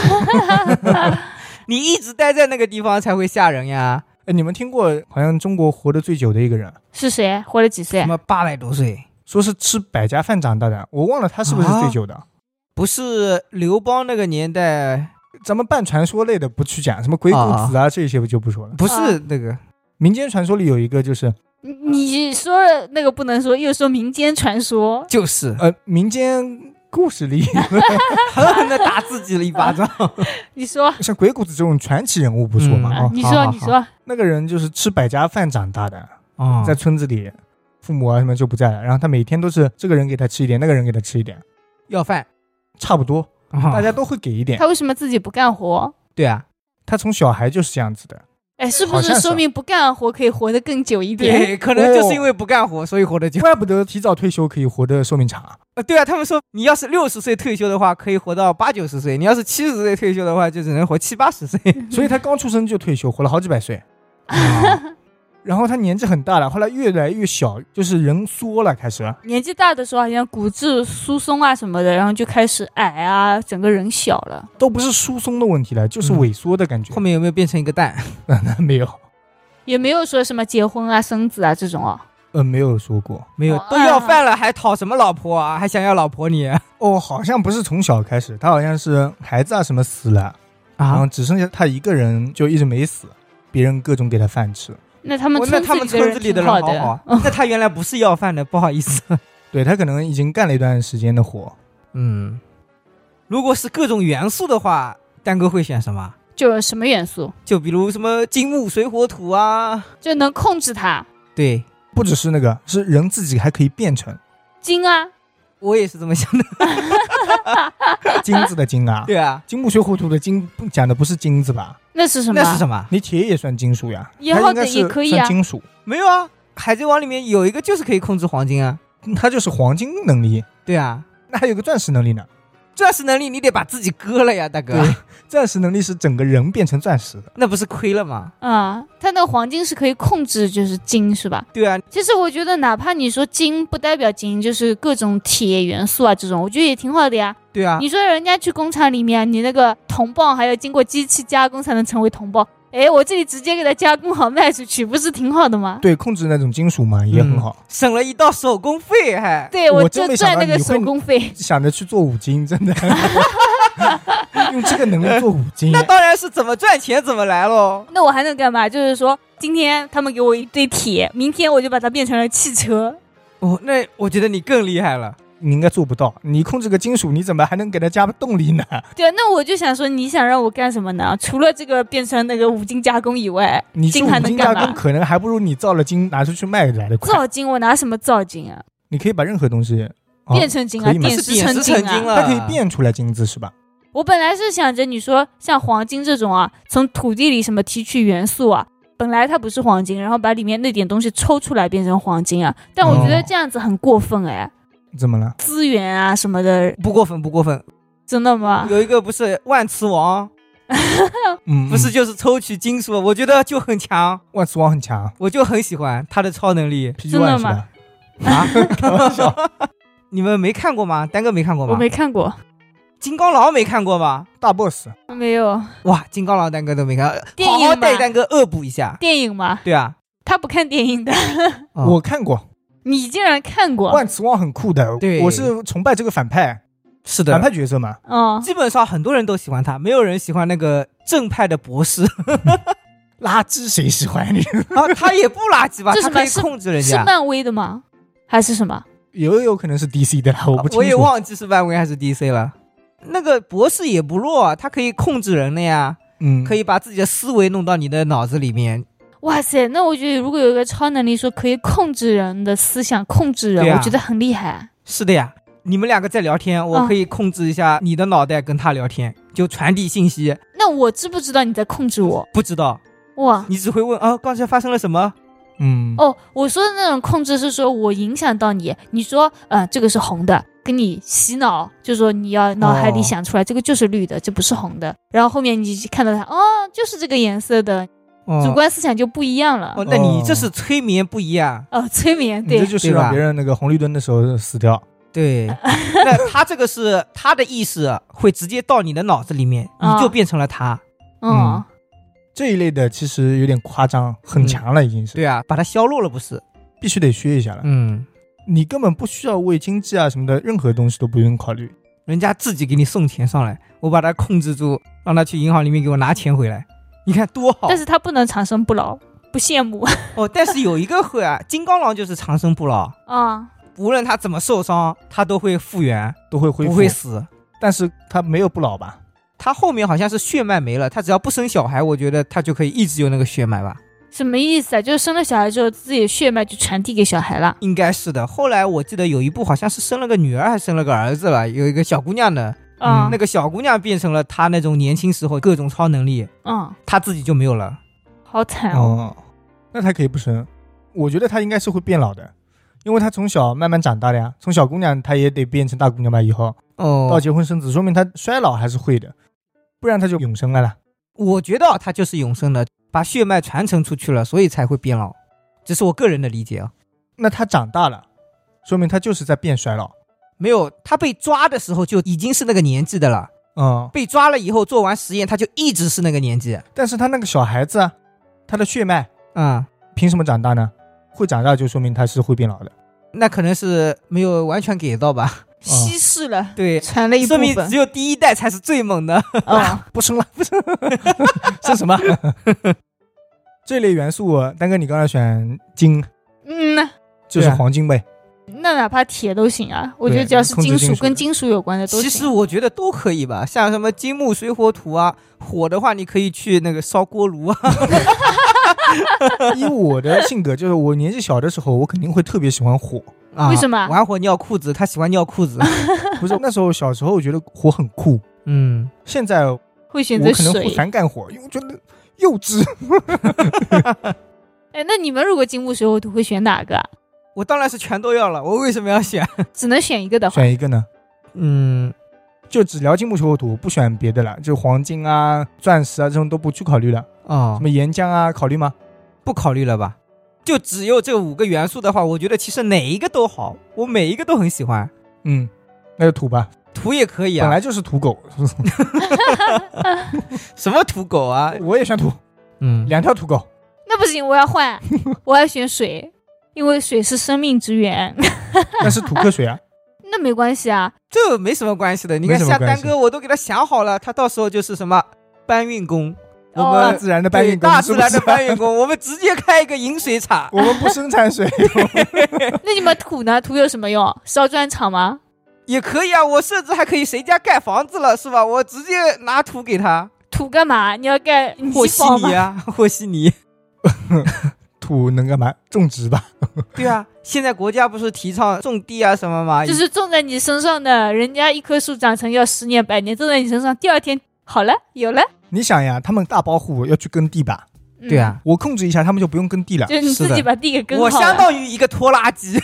C: 你一直待在那个地方才会吓人呀。
A: 哎，你们听过好像中国活得最久的一个人，
B: 是谁？活了几岁
C: 什？么八百多岁？
A: 说是吃百家饭长大的，我忘了他是不是最久的。
C: 不是刘邦那个年代，
A: 咱们半传说类的不去讲，什么鬼谷子啊这些我就不说了。
C: 不是那个，
A: 民间传说里有一个就是，
B: 你你说了那个不能说，又说民间传说，
C: 就是
A: 呃，民间故事里
C: 狠狠的打自己了一巴掌。
B: 你说，
A: 像鬼谷子这种传奇人物不说嘛
C: 嗯
A: 啊、
B: 啊
A: 哦
B: 你
C: 好
B: 说，
C: 好
B: 你说，
A: 那个人就是吃百家饭长大的，
C: 哦
A: 在村子里，父母啊什么就不在了，然后他每天都是这个人给他吃一点，那个人给他吃一点，
C: 要饭，
A: 差不多，
C: 大
A: 大家都会给一点。
B: 他为什么自己不干活？
C: 对啊，
A: 他从小孩就是这样子的，
B: 哎，是不
A: 好像
B: 是
A: 是
B: 说明不干活可以活得更久一点？
C: 对，哎可能就是因为不干活，所以活得久。
A: 怪不得提早退休可以活得寿命长。
C: 呃对啊，他们说你要是六十岁退休的话，可以活到八九十岁；你要是七十岁退休的话，就只能活七八十 岁。
A: 所以他刚出生就退休，活了好几百岁。然后他年纪很大了，后来越来越小，就是人缩了，开始。
B: 年纪大的时候，好像骨质疏松啊什么的，然后就开始矮啊，整个人小了。
A: 都不是疏松的问题了，
B: 嗯
A: 就是萎缩的感觉。
C: 后面有没有变成一个蛋？
A: 那没有，
B: 也没有说什么结婚啊、生子啊这种哦。
A: 呃，没有说过。
C: 没有
B: 哦，
C: 都要饭了还讨什么老婆啊？还想要老婆你啊？
A: 哦，好像不是从小开始，他好像是孩子啊什么死了，然
C: 嗯
A: 后只剩下他一个人，就一直没死，别人各种给他饭吃。
B: 那他们
C: 哦我那
B: 村
C: 他们村子
B: 里
C: 里的
B: 的
C: 人
B: 人
C: 好
B: 挺
C: 好
B: 好
C: 啊，那他原来不是要饭的，不好意思。
A: 对他可能已经干了一段时间的活，
C: 嗯，如果是各种元素的话，蛋哥会选什么？
B: 就是什么元素
C: 就比如什么金木水火土啊？
B: 就能控制它。
C: 对，
A: 不只是那个，是人自己还可以变 成
B: 金啊，
C: 我也是这么想的。
A: 金子的金啊。
C: 对啊，
A: 金木水火土的金不讲的不是金子吧？
B: 那是 什么？
C: 那是什么？
A: 你铁也算金属呀，
B: 也
A: 它
B: 好
A: 应该
B: 的也
A: 是
B: 可以
A: 算
B: 啊
A: 金属，
C: 没有啊，海贼王里面有一个就是可以控制黄金啊。
A: 它就是黄金能力。
C: 对啊，
A: 那还有个钻石能力呢，
C: 钻石能力你得把自己割了呀，大哥，
A: 对钻石能力是整个人变成钻石的。
C: 那不是亏了吗？
B: 啊，它那个黄金是可以控制，就是金是吧？
C: 对啊，
B: 其实我觉得，哪怕你说金不代表金，就是各种铁元素啊这种，我觉得也挺好的呀。
C: 对啊，
B: 你说人家去工厂里面，你那个铜棒还要经过机器加工才能成为铜棒，哎，我这里直接给它加工好卖出去，不是挺好的吗？
A: 对，控制那种金属嘛也
B: 嗯
A: 很好。
C: 省了一道手工费哎还。
B: 对，
A: 我真
B: 就
A: 没
B: 赚
A: 想到
B: 那个
A: 你会
B: 手工费。
A: 想着去做五金，真的 用这个能力做五金，
C: 那当然是怎么赚钱怎么来喽。
B: 那我还能干嘛？就是说，今天他们给我一堆铁，明天我就把它变成了汽车。
C: 哦，那我觉得你更厉害了。
A: 你应该做不到。你控制个金属，你怎么还能给它加动力呢？
B: 对啊，那我就想说，你想让我干什么呢？除了这个变成那个五金加工以外，
A: 你去
B: 金
A: 五
B: 还能
A: 金
B: 干
A: 加工，
B: 嘛？
A: 可能还不如你造了金拿出去卖来的快。
B: 造金，我拿什么造金啊？
A: 你可以把任何东西、哦
B: 变成金啊，
A: 可以吗
B: 点
C: 是点石
B: 成
C: 成
B: 啊
C: 金。了，
A: 它可以。变出来金子是吧？
B: 我本来是想着你说像黄金这种啊，从土地里什么提取元素啊，本来它不是黄金，然后把里面那点东西抽出来变成黄金啊。但我觉得
A: 哦
B: 这样子很过分哎，
A: 怎么了？
B: 资源啊什么的，
C: 不过分，不过分。
B: 真的吗？
C: 有一个不是万磁王，
A: 嗯，
C: 不是就是抽取金属，我觉得就很强，
A: 万磁王很强
C: 我就很喜欢他的超能力
A: ，PG
B: 真的
A: One 是
B: 吗
A: 吧？
C: 啊。 你们没看过吗？丹哥没看过
B: 我
C: 吗？
B: 没看过，
C: 金刚狼没看过吗？
A: 大 boss
B: 没有
C: 哇，金刚狼丹哥都没看，
B: 电
C: 好
B: 影
C: 好带
B: 嘛
C: 丹哥恶补一下。
B: 电影嘛，
C: 对啊，
B: 他不看电影的，
C: 哦
A: 我看过，
B: 你竟然看过？
A: 万磁王很酷的，
C: 对
A: 我是崇拜这个反派，
C: 是
A: 反
C: 的，
A: 派角色嘛。
B: 嗯，
C: 啊基本上很多人都喜欢他，没有人喜欢那个正派的博士
A: 垃圾谁喜欢你？
C: 啊，他也不垃圾吧？
B: 这
C: 他
B: 什
C: 可
B: 么
C: 以
B: 是
C: 控制人
B: 是
C: 家。
B: 漫威的吗？还是什么？
A: 有有可能是 DC 的啦，我不清楚。
C: 啊也忘记是漫威还是 DC 了。那个博士也不弱啊，他可以控制人的呀，
A: 嗯，
C: 可以把自己的思维弄到你的脑子里面。
B: 哇塞，那我觉得如果有一个超能力说可以控制人的思想，控制人，
C: 对啊
B: 我觉得很厉害。
C: 是的呀，你们两个在聊天，我
B: 嗯
C: 可以控制一下你的脑袋跟他聊天，就传递信息。
B: 那我知不知道你在控制 我？
C: 不知道，
B: 哇
C: 你只会问啊，刚才发生了什么？
A: 嗯，
B: 哦哦，我说的那种控制是说我影响到你，你说呃这个是红的，跟你洗脑，就说你要脑海里
A: 哦
B: 想出来，这个就是绿的，这不是红的。然后后面你就看到它，哦，就是这个颜色的，
C: 哦
B: 主观思想就不一样了
C: 哦。，那你这是催眠不一样。
B: 哦，催眠，
A: 你这
B: 对，
A: 就是
C: 对吧
A: 让别人那个红绿灯的时候死掉。
C: 对， 那他这个是他的意识会直接到你的脑子里面，
B: 啊
C: 你就变成了他。
B: 嗯，
A: 这一类的其实有点夸张，很强了，已经是、
C: 对啊，把它削弱了不是？
A: 必须得学一下了。
C: 嗯，
A: 你根本不需要为经济啊什么的任何东西都不用考虑。
C: 人家自己给你送钱上来，我把它控制住，让他去银行里面给我拿钱回来，你看多好。
B: 但是它不能长生不老，不羡慕
C: 哦，但是有一个会啊，金刚狼就是长生不老，
B: 啊。
C: 无论他怎么受伤，他都会复原，
A: 都会恢复，
C: 不会死。
A: 但是他没有不老吧？
C: 他后面好像是血脉没了，他只要不生小孩，我觉得他就可以一直有那个血脉吧。
B: 什么意思啊？就是生了小孩之后，自己的血脉就传递给小孩了。
C: 应该是的。后来我记得有一部好像是生了个女儿还是生了个儿子吧，有一个小姑娘的，嗯
B: 啊，
C: 那个小姑娘变成了她那种年轻时候各种超能力，
B: 嗯，
C: 她自己就没有了。
B: 好惨哦。
A: 哦，那他可以不生。我觉得他应该是会变老的，因为他从小慢慢长大的呀。从小姑娘，她也得变成大姑娘吧？以后到
C: 哦，
A: 结婚生子，说明她衰老还是会的，不然她就永生了啦。
C: 我觉得啊她就是永生的，把血脉传承出去了，所以才会变老。这是我个人的理解啊，
A: 那她长大了，说明她就是在变衰老。
C: 没有她被抓的时候就已经是那个年纪的了，
A: 嗯，
C: 被抓了以后做完实验，她就一直是那个年纪。
A: 但是她那个小孩子啊，她的血脉
C: 嗯，
A: 凭什么长大呢？会长大就说明她是会变老的。
C: 那可能是没有完全给到吧？
B: 稀释 了，
C: 对，
B: 传了一部
C: 说明
B: 分
C: 只。有第一代才是最 猛的。
B: 啊，
A: 不生了，不生了，生什么？这类元素，丹哥，你刚才选金
B: 嗯呐，
A: 就是
C: 对啊
A: 黄金呗。
B: 那哪怕铁都行啊，我觉得
A: 对
B: 只要是
A: 控制
B: 金
A: 金
B: 属
A: 属
B: 跟
A: 的
B: 金属有关
A: 啊
B: 的都
C: 其
B: 行。
C: 实我觉得都可以吧，像什么金木水火土啊，火的话你可以去那个烧锅炉啊，
A: 以我的性格，就是我年纪小的时候，我肯定会特别喜欢火。
C: 啊
B: 为什么
C: 玩火尿裤子，他喜欢尿裤 子。
A: 不是那时候小时候觉得火很酷，
C: 嗯，
A: 现在我
B: 会选择
A: 可能会
B: 水。
A: 反感火，因为我觉得幼稚。
B: 哎，那你们如果金木水火土会选哪个啊？
C: 我当然是全都要了，我为什么要选？
B: 只能选一个的话，
A: 选一个呢，
C: 嗯，
A: 就只聊金木水火土，不选别的了，就黄金啊、钻石啊这种都不去考虑了。
C: 哦
A: 什，么岩浆啊，考虑吗？
C: 不考虑了吧？就只有这五个元素的话，我觉得其实哪一个都好，我每一个都很喜欢。
A: 嗯，那就土吧，
C: 土也可以
A: 本
C: 啊
A: 来，就是土狗，
C: 什么土狗啊？
A: 我也选土，
C: 嗯，
A: 两条土 狗。
B: 那不行，我要换，我要选水，因为水是生命之源。
A: 但是土克水啊，
B: 那没关系啊，
C: 这没什么关系的。你看
A: 没什么
C: 像
A: 关
C: 丹
A: 系
C: 哥，我都给他想好了，他到时候就是什么搬运工，我
B: 哦
A: 大
C: 们
A: 自然的搬
C: 对
A: 运工，
C: 大自然
A: 是
C: 的
A: 不是
C: 搬运工，我们直接开一个饮水厂。
A: 我们不生产水，
B: 那你们土呢？土有什么用？烧砖厂吗？
C: 也可以啊，我甚至还可以谁家盖房子了是吧？我直接拿土给他，
B: 土干嘛？你要盖泥
C: 和稀
B: 房吗
C: 泥？啊，和 稀泥。
A: 土能干嘛？种植吧。
C: 对啊，现在国家不是提倡种地啊什么嘛？
B: 就是种在你身上的，人家一棵树长成要十年百年，种在你身上，第二天好了，有了。
A: 你想呀，他们大包户要去耕地吧？
B: 嗯
C: 对，啊，
A: 我控制一下，他们就不用耕地了。
B: 就是你
C: 是
B: 自
C: 的
B: 己把地给耕好
C: 我
B: 了
C: 相当于一个拖拉 机。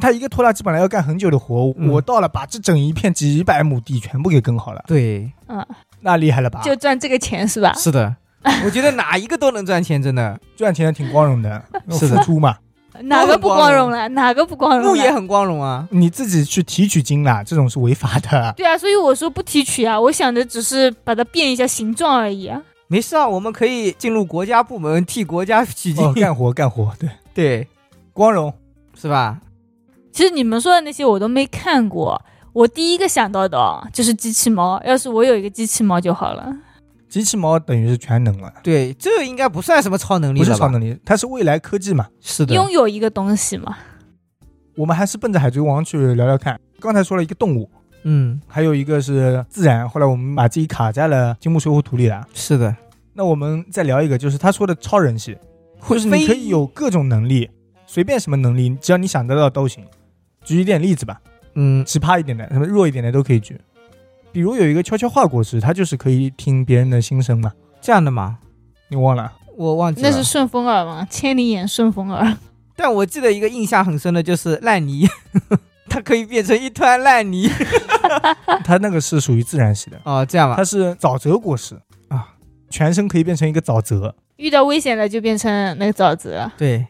A: 他一个拖拉机本来要干很久的活，
C: 嗯
A: 我到了把这整一片几百亩地全部给耕好了，
C: 对，
A: 那厉害了吧？
B: 嗯就赚这个钱是
A: 啊
B: 吧？
C: 是的，我觉得哪一个都能赚钱，真的。
A: 赚钱挺光荣的，
C: 是的
A: 付出嘛。
B: 哪个不光荣了？哪个不
A: 嗯
B: 光荣
C: 木也
B: 了？
C: 很光荣啊。
A: 你自己去提取金啦，这种是违法的。
B: 对啊，所以我说不提取啊，我想着只是把它变一下形状而已啊。
C: 没事啊，我们可以进入国家部门替国家取 经。
A: 哦，干活干活，对，
C: 对，
A: 光荣。
C: 是吧？
B: 其实你们说的那些我都没看过，我第一个想到的哦就是机器猫。要是我有一个机器猫就好了。
A: 机器猫等于是全能了，
C: 对，这应该不算什么超能力
A: 不
C: 了吧？
A: 是超能力，它是未来科技嘛。
C: 是的，
B: 拥有一个东西嘛，
A: 我们还是奔着海贼王去聊聊看。刚才说了一个动物，
C: 嗯，
A: 还有一个是自然，后来我们把自己卡在了金木水火土里了。
C: 是的，
A: 那我们再聊一个，就是他说的超人系，
C: 会
A: 就是你可以有各种能力，随便什么能力，只要你想得到都行。举一点例子吧，
C: 嗯，
A: 奇葩一点的，什么弱一点的都可以举。比如有一个悄悄话果实，它就是可以听别人的心声嘛。
C: 这样的嘛。
A: 你忘了？
C: 我忘记了，
B: 那是顺风耳吗？千里眼顺风耳。
C: 但我记得一个印象很深的就是烂泥， 它可以变成一团烂泥
A: 它那个是属于自然系的，
C: 哦，这样吧，
A: 它是沼泽果实
C: 啊，
A: 全身可以变成一个沼泽，
B: 遇到危险了就变成那个沼泽了。
C: 对，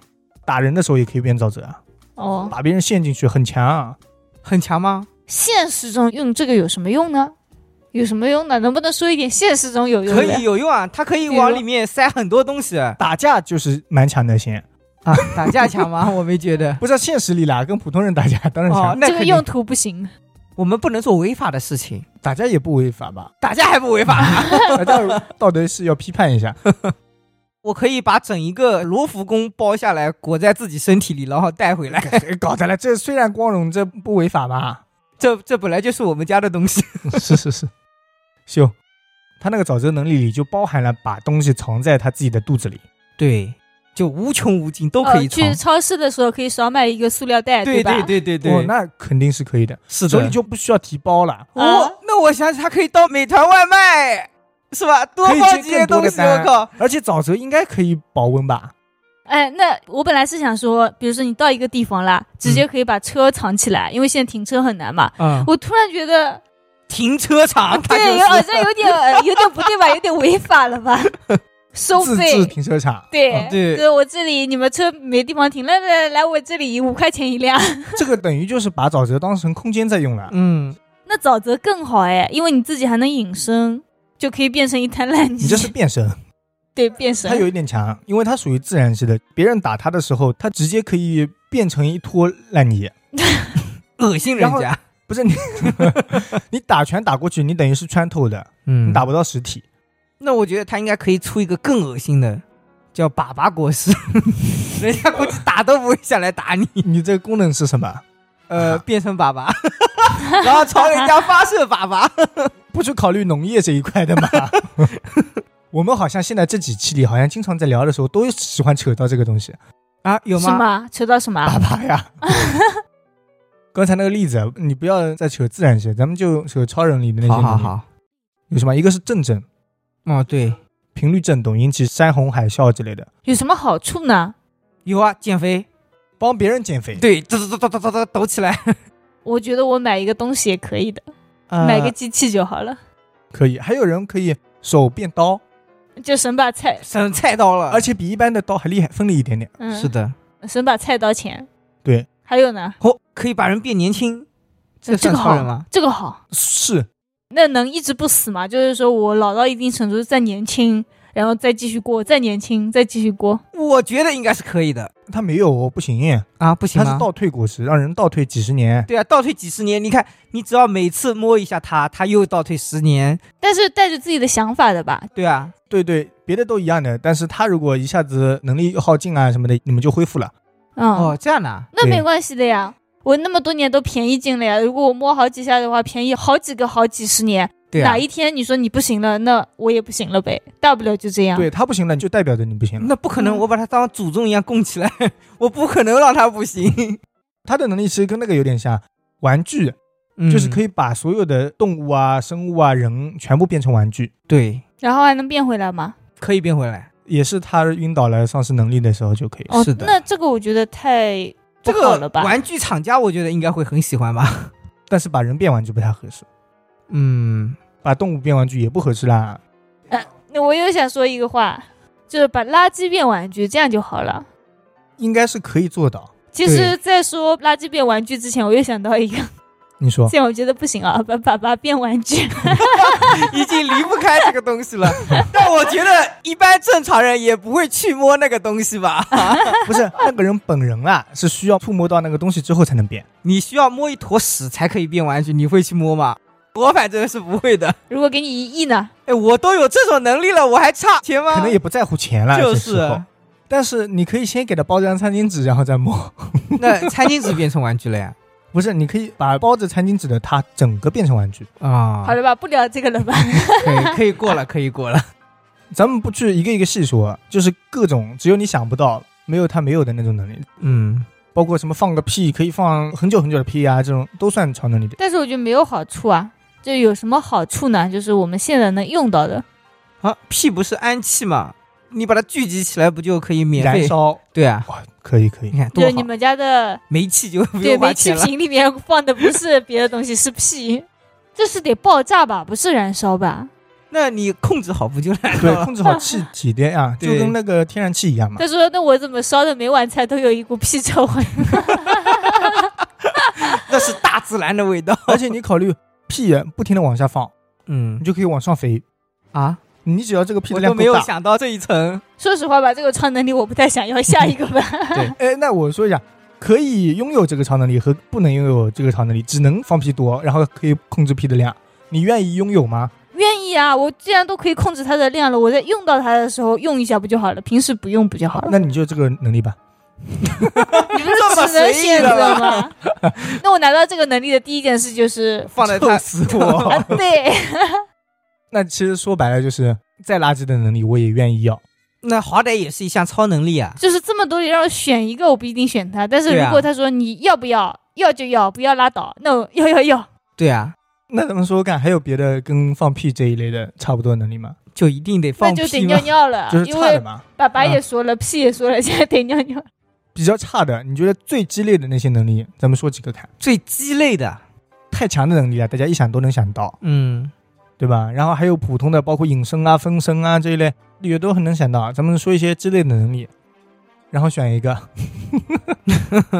A: 打人的时候也可以变沼泽啊，
B: 哦，
A: 把别人陷进去很强啊。
C: 很强吗？
B: 现实中用这个有什么用呢？有什么用呢？能不能说一点现实中有用
C: 可
B: 的？
C: 以有用啊，它可以往里面塞很多东西 啊。
A: 打架就是蛮强的先，
C: 打架强吗？ 我没觉得。
A: 不是现实里啦，跟普通人打架当然强，
C: 哦，那
B: 这个
C: 肯定
B: 用途不行。
C: 我们不能做违法的事情，？
A: 打架也不违法吧
C: 打架还不违 法。
A: 打架道德是要批判一下，
C: 我可以把整一个罗浮宫包下来，裹在自己身体里，然后带回来。
A: 谁搞的了？这虽然光荣，这不违法吧？
C: 这这本来就是我们家的东西。
A: 是是是， 秀，他那个沼泽能力里就包含了把东西藏在他自己的肚子里。
C: 对，就无穷无尽都
B: 哦，
C: 可以藏。
B: 去超市的时候可以少买一个塑料袋，
C: 对
B: 吧？
C: 对对对
A: 哦
C: 对，，
A: 那肯定是可以的，
C: 是
A: 所以
C: 的。
A: 就不需要提包了。
B: 啊
C: 哦，那我想起它可以当美团外卖，是吧？多
A: 可以
C: 包
A: 接
C: 几些
A: 更多
C: 东
A: 的
C: 西，
A: 单
C: 我靠。
A: 而且沼泽应该可以保温吧？
B: 哎，那我本来是想说，比如说你到一个地方啦，直接可以把车藏起来，因为现在停车很难嘛。
C: 嗯，
B: 我突然觉得，
C: 停车场，它
B: 对，
C: 就
B: 有好
C: 是
B: 像有 点呃有点不对吧，有点违法了吧？收
A: 自制
B: 费，
A: 停车场，
B: 对、
C: 啊对
B: 我这里你们车没地方停，来来来，我这里五块钱一辆。
A: 这个等于就是把沼泽当成空间在用了。
C: 嗯，
B: 那沼泽更好哎，因为你自己还能隐身，就可以变成一滩烂泥
A: 你。这是变身，
B: 对，变身
A: 它。有一点强，因为它属于自然系的。别人打它的时候，它直接可以变成一坨烂泥。
C: 恶心人
A: 然后
C: 家。
A: 不是你， 你打拳打过去，你等于是穿透的，
C: 嗯
A: 你打不到实体。
C: 那我觉得他应该可以出一个更恶心的，叫粑粑果实，人家估计打都不会下来打你，
A: 你这个功能是什么？
C: 呃，变成粑粑，然后朝人家发射粑粑。
A: 不去考虑农业这一块的吗？ 我们好像现在这几期里，好像经常在聊的时候，都喜欢扯到这个东西，
C: 啊，有
B: 什
C: 吗？
B: 么？扯到什么？啊
A: 粑粑呀。刚才那个例子，你不要再扯自然系，咱们就扯超人里的那些。
C: 好好，好，
A: 有什么？一个是震震、
C: 哦对，
A: 频率震动引起山洪海啸之类的，
B: 有什么好处呢？
C: 有啊，减肥，
A: 帮别人减肥。
C: 对，抖抖抖抖抖抖抖起来，
B: 我觉得我买一个东西也可以的，
C: 呃
B: 买个机器就好了，
A: 可以。还有人可以手变刀，
B: 就省把菜，
C: 省菜刀了，
A: 而且比一般的刀还厉害，锋利一点点。
B: 嗯，
C: 是的，
B: 省把菜刀钱。
A: 对，
B: 还有呢，
C: 哦，可以把人变年轻，这
B: 这
C: 算
B: 个
C: 超人吗
B: 好？，这个好。
A: 是，
B: 那能一直不死吗？就是说我老到一定程度再年轻，然后再继续过，再年轻，再继续过。
C: 我觉得应该是可以的
A: 他没有不行，
C: 啊，不
A: 他
C: 行
A: 是
C: 吗？
A: 倒退果实，让人倒退几十年。
C: 对啊，倒退几十年，你看，你只要每次摸一下它，它又倒退十年，
B: 但是带着自己的想法的吧，
C: 对啊，
A: 对对，别的都一样的，但是他如果一下子能力耗尽啊什么的，你们就恢复了。
B: 嗯，
C: 哦，这样的啊，
B: 那
A: 对
B: 没关系的呀。我那么多年都便宜进了呀，如果我摸好几下的话，便宜好几个好几十年，
C: 对啊
B: 哪，一天你说你不行了，那我也不行了呗，大不了就这样。
A: 对他不行了，就代表着你不行了。
C: 啊那不可能，
B: 嗯
C: 我把它当祖宗一样供起来， 我不可能让它不行。
A: 他的能力其实跟那个有点像，玩具就是可
C: 以
A: 以把所有的动物啊、生物啊、人全部变成玩具，
C: 对，
B: 然后还能变回来吗？
C: 可以变回来。
A: 也是他晕倒了、丧失能力的时候就可以。
B: 哦
C: 是，的
B: 那这个我觉得太
C: 这
B: 不好了
C: 个
B: 吧？
C: 玩具厂家我觉得应该会很喜欢 吧。
A: 但是把人变玩具不太合适，
C: 嗯，
A: 把动物变玩具也不合适啦。
B: 那我又想说一个话，就是把垃圾变玩具，这样就好了。
A: 应该是可以做到。
B: 其实，在说垃圾变玩具之前，我又想到一个，
C: 哦
A: 你说
B: 这样我觉得不行啊，把粑粑变玩具。
C: 已经离不开这个东西了。但我觉得一般正常人也不会去摸那个东西吧。
A: 不是那个人本人啊，是需要触摸到那个东西之后才能变。
C: 你需要摸一坨屎才可以变玩具，你会去摸吗？我反正是不会的。
B: 如果给你一亿呢？
C: 哎，我都有这种能力了，我还差钱吗？
A: 可能也不在乎钱了，
C: 啊就
A: 这
C: 是啊
A: 时候但是你可以先给他包张餐巾纸，然后再摸。
C: 那餐巾纸变成玩具了呀。
A: 不是，你可以把包着餐巾纸的它整个变成玩具。
C: 啊，
B: 好了吧，不聊这个了吧？
C: 可以可以过了，可 以过了。
A: 咱们不去一个一个细说，就是各种只有你想不到，没有他没有的那种能力，
C: 嗯，
A: 包括什么放个屁可以放很久很久的屁啊，这种都算超能力的。
B: 但是我觉得没有好处啊。就有什么好处呢？就是我们现在能用到的。
C: 啊，屁不是氨气嘛？你把它聚集起来，不就可以免
A: 燃
C: 费？
A: 烧，
C: 对啊，
A: 哇，可以可以
C: 你，看多
B: 就
C: 好，
B: 你们家的
C: 煤气就不
B: 对，
C: 用花
B: 煤气
C: 钱了。
B: 瓶里面放的不是别的东西，是屁。这是得爆炸吧，不是燃烧吧？
C: 那你控制好不就来
A: 对，
C: 了？
A: 控制好气体的呀，就
C: 对
A: 跟那个天然气一
C: 嗯
A: 样嘛
B: 他。说：“那我怎么烧的每碗菜都有一股屁臭味？
C: 那是大自然的味道。
A: 而且你考虑屁不停的往下放，
C: 嗯
A: 你就可以往上飞。
C: 啊，
A: 你只要这个屁
C: 我
A: 的
C: 都
A: 量
C: 没
A: 够
C: 有
A: 大，
C: 想到这一层。
B: 说实话吧，这个超能力我不太想要。下一个 吧，
A: 哎，那我说一下，可以拥有这个超能力和不能拥有这个超能力，只能放屁多，然后可以控制屁的量。你愿意拥有吗？
B: 愿意啊！我既然都可以控制它的量了，我在用到它的时候用一下不就好了？平时不用不就好
C: 嗯
A: 那
B: 了？
A: 你就这个能力吧。
B: 你不是只能选择吗？ 那我拿到这个能力的第一件事就是
C: 放在它
A: 臭死我！
C: 哦
B: 啊，对，
A: 那其实说白了就是，再垃圾的能力我也愿意要。
C: 那好歹也是一项超能力啊。
B: 就是这么多里让我选一个，我不一定选它。但是
C: 对
B: 如
C: 啊
B: 果他说你要不要，要就要，不要拉倒。那我 要要要，
C: 对啊，
A: 那咱们说说看，还有别的跟放屁这一类的差不多的能力吗？
C: 就一定得
B: 那
C: 放
B: 就得
C: 屁
B: 尿
C: 吗？
B: 尿 了
A: 就，是
B: 因
A: 差的
B: 为
A: 嘛，
B: 爸爸
A: 嗯
B: 也说了，屁也说了，现在得尿尿。
A: 比较差的，你觉得最鸡肋的那些能力，咱们说几个看。
C: 最鸡肋的，
A: 太强的能力啊，大家一想都能想到，
C: 嗯，
A: 对吧？然后还有普通的，包括隐身啊、分身啊这一类，也都很能想到。咱们说一些鸡肋的能力，然后选一个，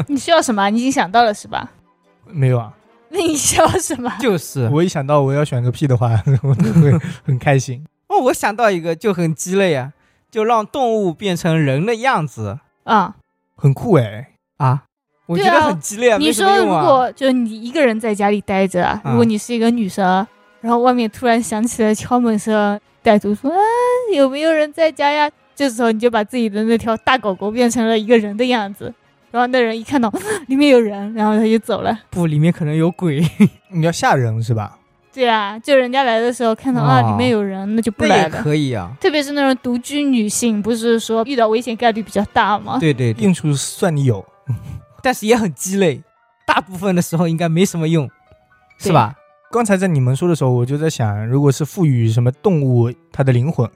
B: 你需要什么？你已经想到了是吧？
A: 没有啊？
B: 那你需要什么？
C: 就是
A: 我一想到我要选个屁的话， 我就会很开心。
C: 哦，我想到一个就很鸡肋啊，就让动物变成人的样子
B: 啊、
A: 很酷哎，
C: 啊，我觉
B: 对
C: 得
B: 啊
C: 很鸡肋啊，没
B: 你
C: 什
B: 说
C: 么
B: 如
C: 用啊。
B: 果就是你一个人在家里待着啊，
C: 嗯
B: 如果你是一个女生，然后外面突然响起了敲门声，歹徒说啊有没有人在家呀？这时候你就把自己的那条大狗狗变成了一个人的样子，然后那人一看到里面有人，然后他就走了。
C: 不，里面可能有鬼，
A: 你要吓人是吧？
B: 对啊，就人家来的时候看到、
C: 哦
B: 啊里面有人，那就不
C: 那
B: 来
C: 也
B: 了。
C: 可以啊。
B: 特别是那种独居女性，不是说遇到危险概率比较大吗？
C: 对对对，
A: 硬处算你有，
C: 但是也很鸡肋，大部分的时候应该没什么用，是吧？
A: 刚才在你们说的时候，我就在想，如果是赋予什么动物它的灵魂，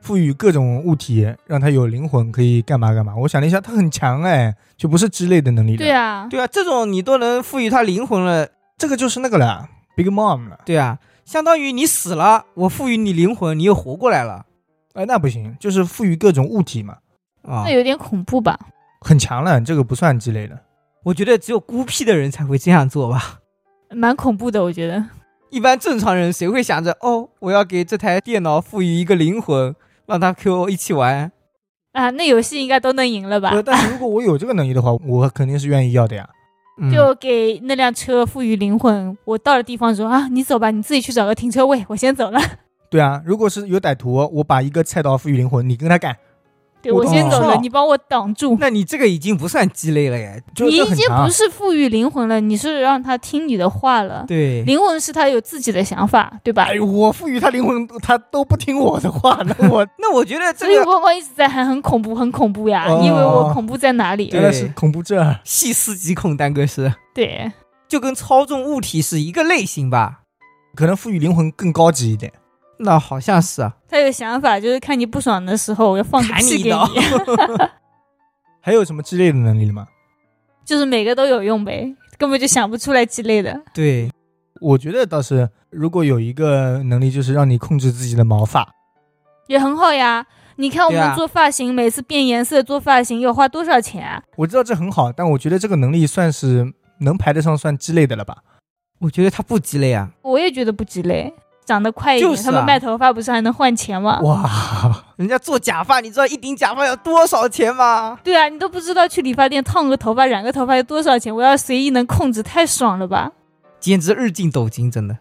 A: 赋予各种物体让它有灵魂，可以干嘛干嘛？我想了一下，它很强哎，就不是之类的能力了。
B: 对啊，
C: 对啊，这种你都能赋予它灵魂了，
A: 这个就是那个了，Big Mom 了。
C: 对啊，相当于你死了，我赋予你灵魂，你又活过来了
A: 哎，那不行，就是赋予各种物体嘛，
C: 啊
B: 那。有点恐怖吧？
A: 很强了，这个不算鸡肋的。
C: 我觉得只有孤僻的人才会这样做吧，
B: 蛮恐怖的，我觉得。
C: 一般正常人谁会想着哦，我要给这台电脑赋予一个灵魂，让它跟我一起玩？
B: 啊，那游戏应该都能赢了吧
A: 不是，？但是如果我有这个能力的话，我肯定是愿意要的呀。
C: 嗯
B: 就给那辆车赋予灵魂。我到了地方说啊，你走吧，你自己去找个停车位，我先走了。
A: 对啊，如果是有歹徒，我把一个菜刀赋予灵魂，你跟他干，
B: 对
A: 我
B: 我先
A: 懂
B: 走
A: 了
B: 了，你帮我挡住。
C: 那你这个已经不算鸡肋了耶。
A: 就
B: 你
A: 这
B: 已
A: 很
B: 经
A: 强啊
B: 不。是赋予灵魂了，你是让他听你的话了。
C: 对，
B: 灵魂是他有自己的想法，对吧？
A: 哎，我赋予他灵魂，他都不听我的话，那 我
C: 那我觉得这
B: 所以
C: 个
B: 汪汪一直在喊很恐怖，很恐怖呀！
A: 哦
B: 你以为我恐怖在哪里？
A: 真的是恐怖症。啊
C: 细思极恐，丹哥是
B: 对，
C: 就跟操纵物体是一个类型吧？
A: 可能赋予灵魂更高级一点。
C: 那好像是啊，
B: 他有想法，就是看你不爽的时候，我要放个
C: 砍你
B: 屁
C: 一
B: 给
C: 刀
B: 你，
A: 还有什么之类的能力吗？
B: 就是每个都有用呗，根本就想不出来之类的。
C: 对，
A: 我觉得倒是，如果有一个能力，就是让你控制自己的毛发，
B: 也很好呀。你看我
C: 对
B: 们
C: 啊
B: 做发型，每次变颜色做发型要花多少钱啊？
A: 我知道这很好，但我觉得这个能力算是能排得上算鸡肋的了吧。
C: 我觉得它不鸡肋啊。
B: 我也觉得不鸡肋，长得快一点，
C: 就是啊
B: 他们卖头发不是还能换钱吗？
A: 哇，
C: 人家做假发，你知道一顶假发要多少钱吗？
B: 对啊，你都不知道去理发店烫个头发、染个头发要多少钱，我要随意能控制，太爽了吧？
C: 简直日进斗金，真的。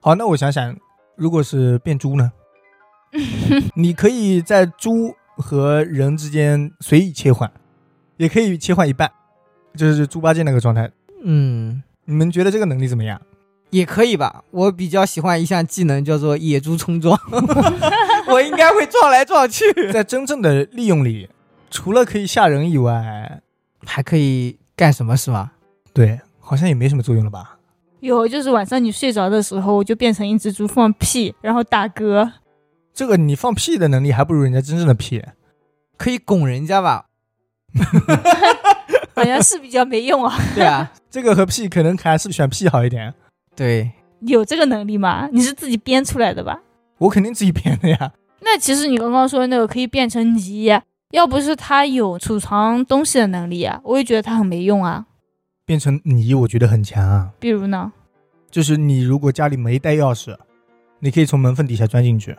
A: 好，那我想想，如果是变猪呢？你可以在猪和人之间随意切换，也可以切换一半，就是猪八戒那个状态。
C: 嗯，
A: 你们觉得这个能力怎么样？
C: 也可以吧。我比较喜欢一项技能叫做野猪冲撞， 我应该会撞来撞去，
A: 在真正的利用里，除了可以吓人以外，
C: 还可以干什么是吗？
A: 对，好像也没什么作用了吧？
B: 有，就是晚上你睡着的时候，我就变成一只猪放屁，然后打嗝，
A: 这个你放屁的能力还不如人家真正的屁。
C: 可以拱人家吧？
B: 好像是比较没用啊。
C: 对啊，
A: 这个和屁可能还是选屁好一点。
C: 对，
B: 你有这个能力吗？你是自己编出来的吧？
A: 我肯定自己编的呀。
B: 那其实你刚刚说的那个可以变成泥，要不是他有储藏东西的能力啊，我也觉得他很没用啊。
A: 变成你，我觉得很强啊。
B: 比如呢？
A: 就是你如果家里没带钥匙，你可以从门缝底下钻进去。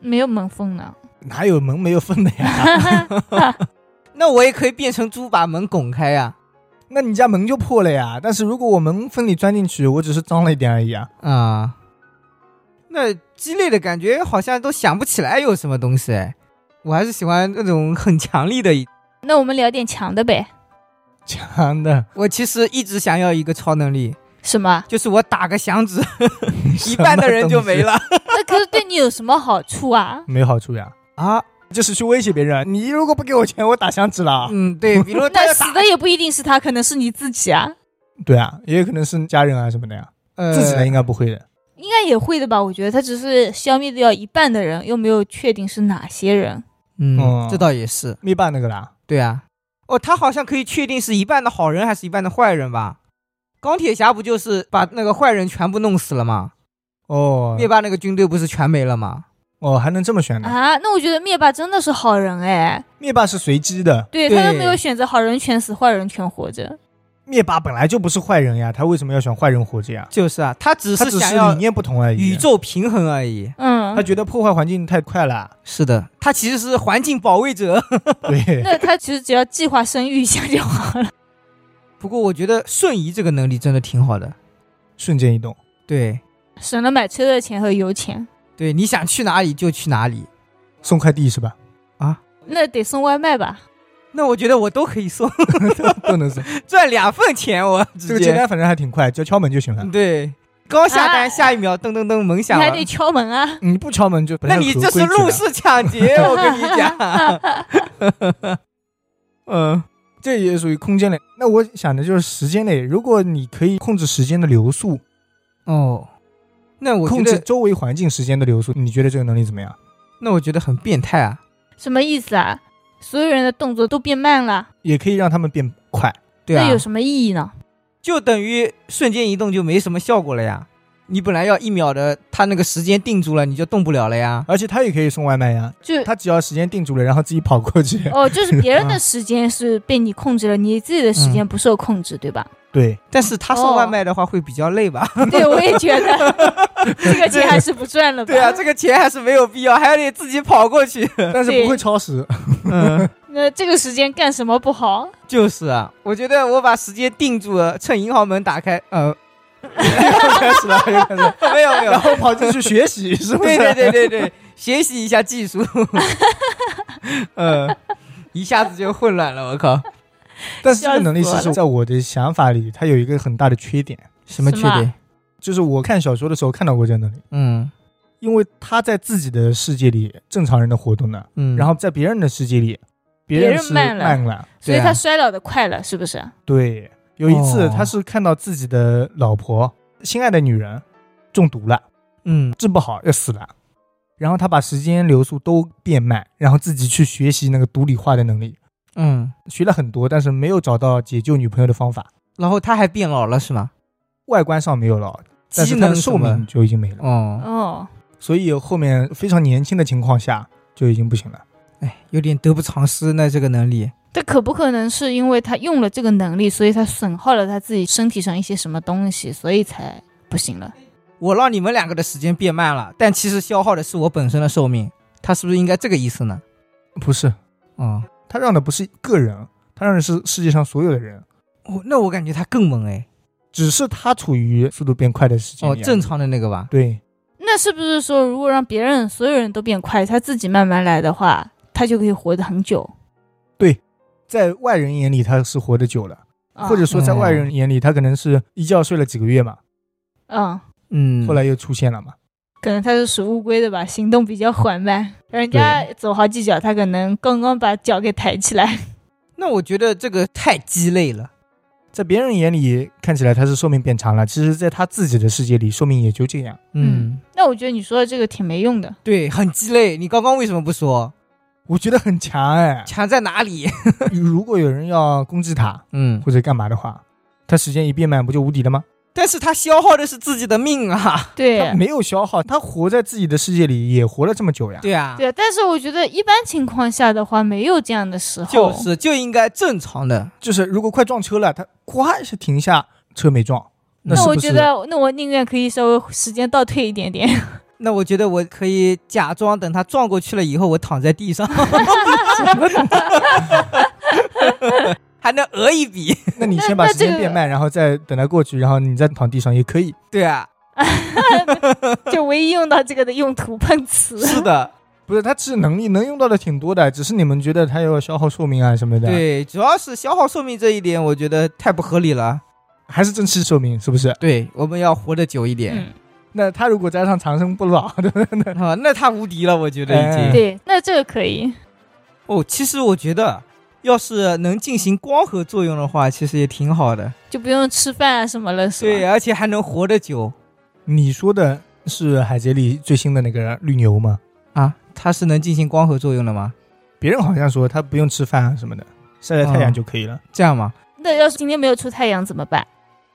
B: 没有门缝呢。
A: 哪有门没有缝的 呀？
C: 那我也可以变成猪把门拱开啊呀、
A: 那你家门就破了呀。但是如果我门缝里钻进去，我只是脏了一点而已啊。
C: 啊。那鸡肋的感觉好像都想不起来有什么东西哎，我还是喜欢那种很强力的。
B: 那我们聊点强的呗。
A: 强的，
C: 我其实一直想要一个超能力，？
B: 什么
C: 就是我打个 响指， 一半的人就没了
B: 那可是对你有什么好处啊？
A: 没好处呀。
C: 啊。
A: 就是去威胁别人，啊你如果不给我钱，我打响指了啊。
C: 嗯，对，比如说他
B: 那
C: 要
B: 死
C: 打
B: 的也不一定是他，可能是你自己啊，
A: 对啊，也有可能是家人啊什么的呀。
C: 呃
A: 自己呢应该不会的。
B: 应该也会的吧？我觉得他只是消灭掉一半的人，又没有确定是哪些人。
C: 嗯
A: 嗯，
C: 这倒也是，
A: 灭霸那个啦，
C: 对啊。哦，他好像可以确定是一半的好人还是一半的坏人吧？钢铁侠不就是把那个坏人全部弄死了吗？
A: 哦
C: 灭霸那个军队不是全没了吗？
A: 哦，还能这么选呢？
B: 啊，那我觉得灭霸真的是好人哎，
A: 灭霸是随机的，
B: 对
C: 对
B: 他都没有选择好人全死，坏人全活着。
A: 灭霸本来就不是坏人呀，他为什么要选坏人活着呀？
C: 就是啊，他只
A: 他
C: 是
A: 只
C: 想
A: 是
C: 要
A: 理念不同而已。
C: 宇，宙平衡而已。啊
A: 他
B: 嗯，
A: 觉得破坏环境太快了。
C: 是的，他其实是环境保卫者。
A: 对，
B: 那他其实只要计划生育一下就好了。
C: 不过我觉得瞬移这个能力真的挺好的。
A: 瞬间移动，
C: 对
B: 省了买车的钱和油钱，
C: 对，你想去哪里就去哪里。
A: 送快递是吧？
B: 那得送外卖吧？
C: 那我觉得我都可以送，
A: 都能送，
C: 赚两份钱，我
A: 这
C: 直
A: 个接
C: 接。
A: 单反正还挺快，只要敲门就行了。
C: 对，刚下
B: 啊
C: 单，下一秒噔噔噔门
B: 你
C: 响
B: 还
C: 了。
B: 得敲门啊！
A: 你不敲门就本
C: 那
A: 来
C: 你
A: 有
C: 这
A: 规矩
C: 是
A: 的
C: 入室抢 劫，我跟你讲。嗯，
A: 这也属于空间类。那我想的就是时间类，如果你可以控制时间的流速，
C: 哦，那我觉
A: 控制
C: 得，
A: 周围环境时间的流速，你觉得这个能力怎么样？
C: 那我觉得很变态啊。
B: 什么意思啊？所有人的动作都变慢了，
A: 也可以让他们变快。
C: 对啊
B: 那有，什么意义呢？
C: 就等于瞬间移动就没什么效果了呀。你本来要一秒的，他那个时间定住了，你就动不了了呀。
A: 而且他也可以送外卖呀，
C: 呃
B: 就
A: 他只要时间定住了，然后自己跑过去。
B: 哦，就是别
C: 嗯
B: 人的时间是被你控制了，你自己的时间不受控制，对吧？
A: 对，
C: 但是他送
B: 哦
C: 外卖的话会比较累吧？
B: 对，我也觉得这个钱还是不赚了吧。
C: 对啊，这个钱还是没有必要，还得自己跑过去。
A: 但是不会超时。
C: 嗯，
B: 那这个时间干什么不好？
C: 就是啊，我觉得我把时间定住了，趁银行门打开，呃， 又开始了，又开始了， 没有没有
A: 然，后跑进去学 习，是不是？
C: 对对对对对，学习一下技术，嗯，一下子就混乱了，我靠，
A: 但是这个能力其
B: 笑死
A: 实
B: 我了
A: 在我的想法里，它有一个很大的缺点，
C: 什么
B: 是
C: 缺
B: 吗
C: 点？
A: 就是我看小说的时候看到过这个能力，
C: 嗯
A: 因为他在自己的世界里正常人的活动呢，
C: 嗯，
A: 然后在别人的世界里，别
B: 别
A: 人
B: 人
A: 是
B: 慢了
A: 慢了。
B: 所以
C: 对啊
B: 他衰老的快了，是不啊是？
A: 对，有一次
C: 哦
A: 他是看到自己的老婆心爱的女人中毒了，
C: 嗯
A: 治不好要死了，然后他把时间流速都变慢，然后自己去学习那个毒理化的能力，
C: 嗯，
A: 学了很多，但是没有找到解救女朋友的方法。
C: 然后他还变老了是吗？
A: 外观上没有了，但是
C: 机
A: 他
C: 能
A: 的
C: 什
A: 寿
C: 么
A: 命就已经没了。
C: 哦，
B: 哦，
A: 所以后面非常年轻的情况下就已经不行了。
C: 哎，有点得不偿失呢，这个能力。
B: 这可不可能是因为他用了这个能力，所以他损耗了他自己身体上一些什么东西，所以才不行了？
C: 我让你们两个的时间变慢了，但其实消耗的是我本身的寿命，他是不是应该这个意思呢？
A: 不是，
C: 哦，
A: 他让的不是个人，他让的是世界上所有的人，
C: 哦那我感觉他更猛哎，
A: 只是他处于速度变快的时间
C: 哦，
A: 里而已。
C: 正常的那个吧，
A: 对，
B: 那是不是说，如果让别人所有人都变快，他自己慢慢来的话，他就可以活得很久？
A: 在外人眼里他是活得久了，
B: 啊、
A: 或者说在
C: 嗯
A: 外人眼里他可能是一觉睡了几个月嘛，
B: 嗯，
C: 嗯，
A: 后来又出现了嘛。
B: 可能他是属乌龟的吧，行动比较缓慢，人家走好几脚，他可能刚刚把脚给抬起来。
C: 那我觉得这个太鸡肋了，
A: 在别人眼里看起来他是寿命变长了，其实在他自己的世界里，寿命也就这样。
C: 嗯，
B: 那我觉得你说的这个挺没用的，
C: 对，很鸡肋。你刚刚为什么不说？。
A: 我觉得很强哎
C: 强在哪里？
A: 如果有人要攻击他
C: 嗯，
A: 或者干嘛的话，他时间一变慢不就无敌了吗？
C: 但是他消耗的是自己的命啊。
B: 对
A: 他没有消耗，他活在自己的世界里也活了这么久呀。
C: 对啊，
B: 对。但是我觉得一般情况下的话，没有这样的时候，
C: 啊就是就应该正常的。
A: 就是如果快撞车了，他咵一下停下，车没 撞，
B: 那
A: 是
B: 我
A: 不
B: 觉
A: 是？
B: 得，那我宁愿可以稍微时间倒退一点 点，
C: 那我觉得我可以假装等他撞过去了以后，我躺在地上，还能讹一笔。
A: 那你
B: 那
A: 先把
B: 那
A: 时
B: 这
A: 间
B: 个
A: 变慢，然后再等他过去，然后你再躺地上也可以。
C: 对啊，
B: 就唯一用到这个的用途碰瓷。
C: 是的，
A: 不是，他其实能力能用到的挺多的，只是你们觉得他要消耗寿命啊什么的，，
C: 对，主要是消耗寿命这一点，我觉得太不合理了。
A: 还是珍惜寿命，是不是？
C: 对，我们要活得久一点。
B: 嗯，
A: 那他如果加上长生不老，对不对？
C: 啊，那他无敌了，我觉得已经。
A: 哎
B: 对，那这个可以。
C: 哦，其实我觉得，要是能进行光合作用的话，其实也挺好的。
B: 就不用吃饭啊什么了，是吧？
C: 对，而且还能活得久
A: 你说的是海贼里最新的那个绿牛吗？
C: 啊！它是能进行光合作用的吗？
A: 别人好像说他不用吃饭啊什么的，晒晒太阳
C: 嗯
A: 就可以了。
C: 这样吗？
B: 那要是今天没有出太阳怎么办？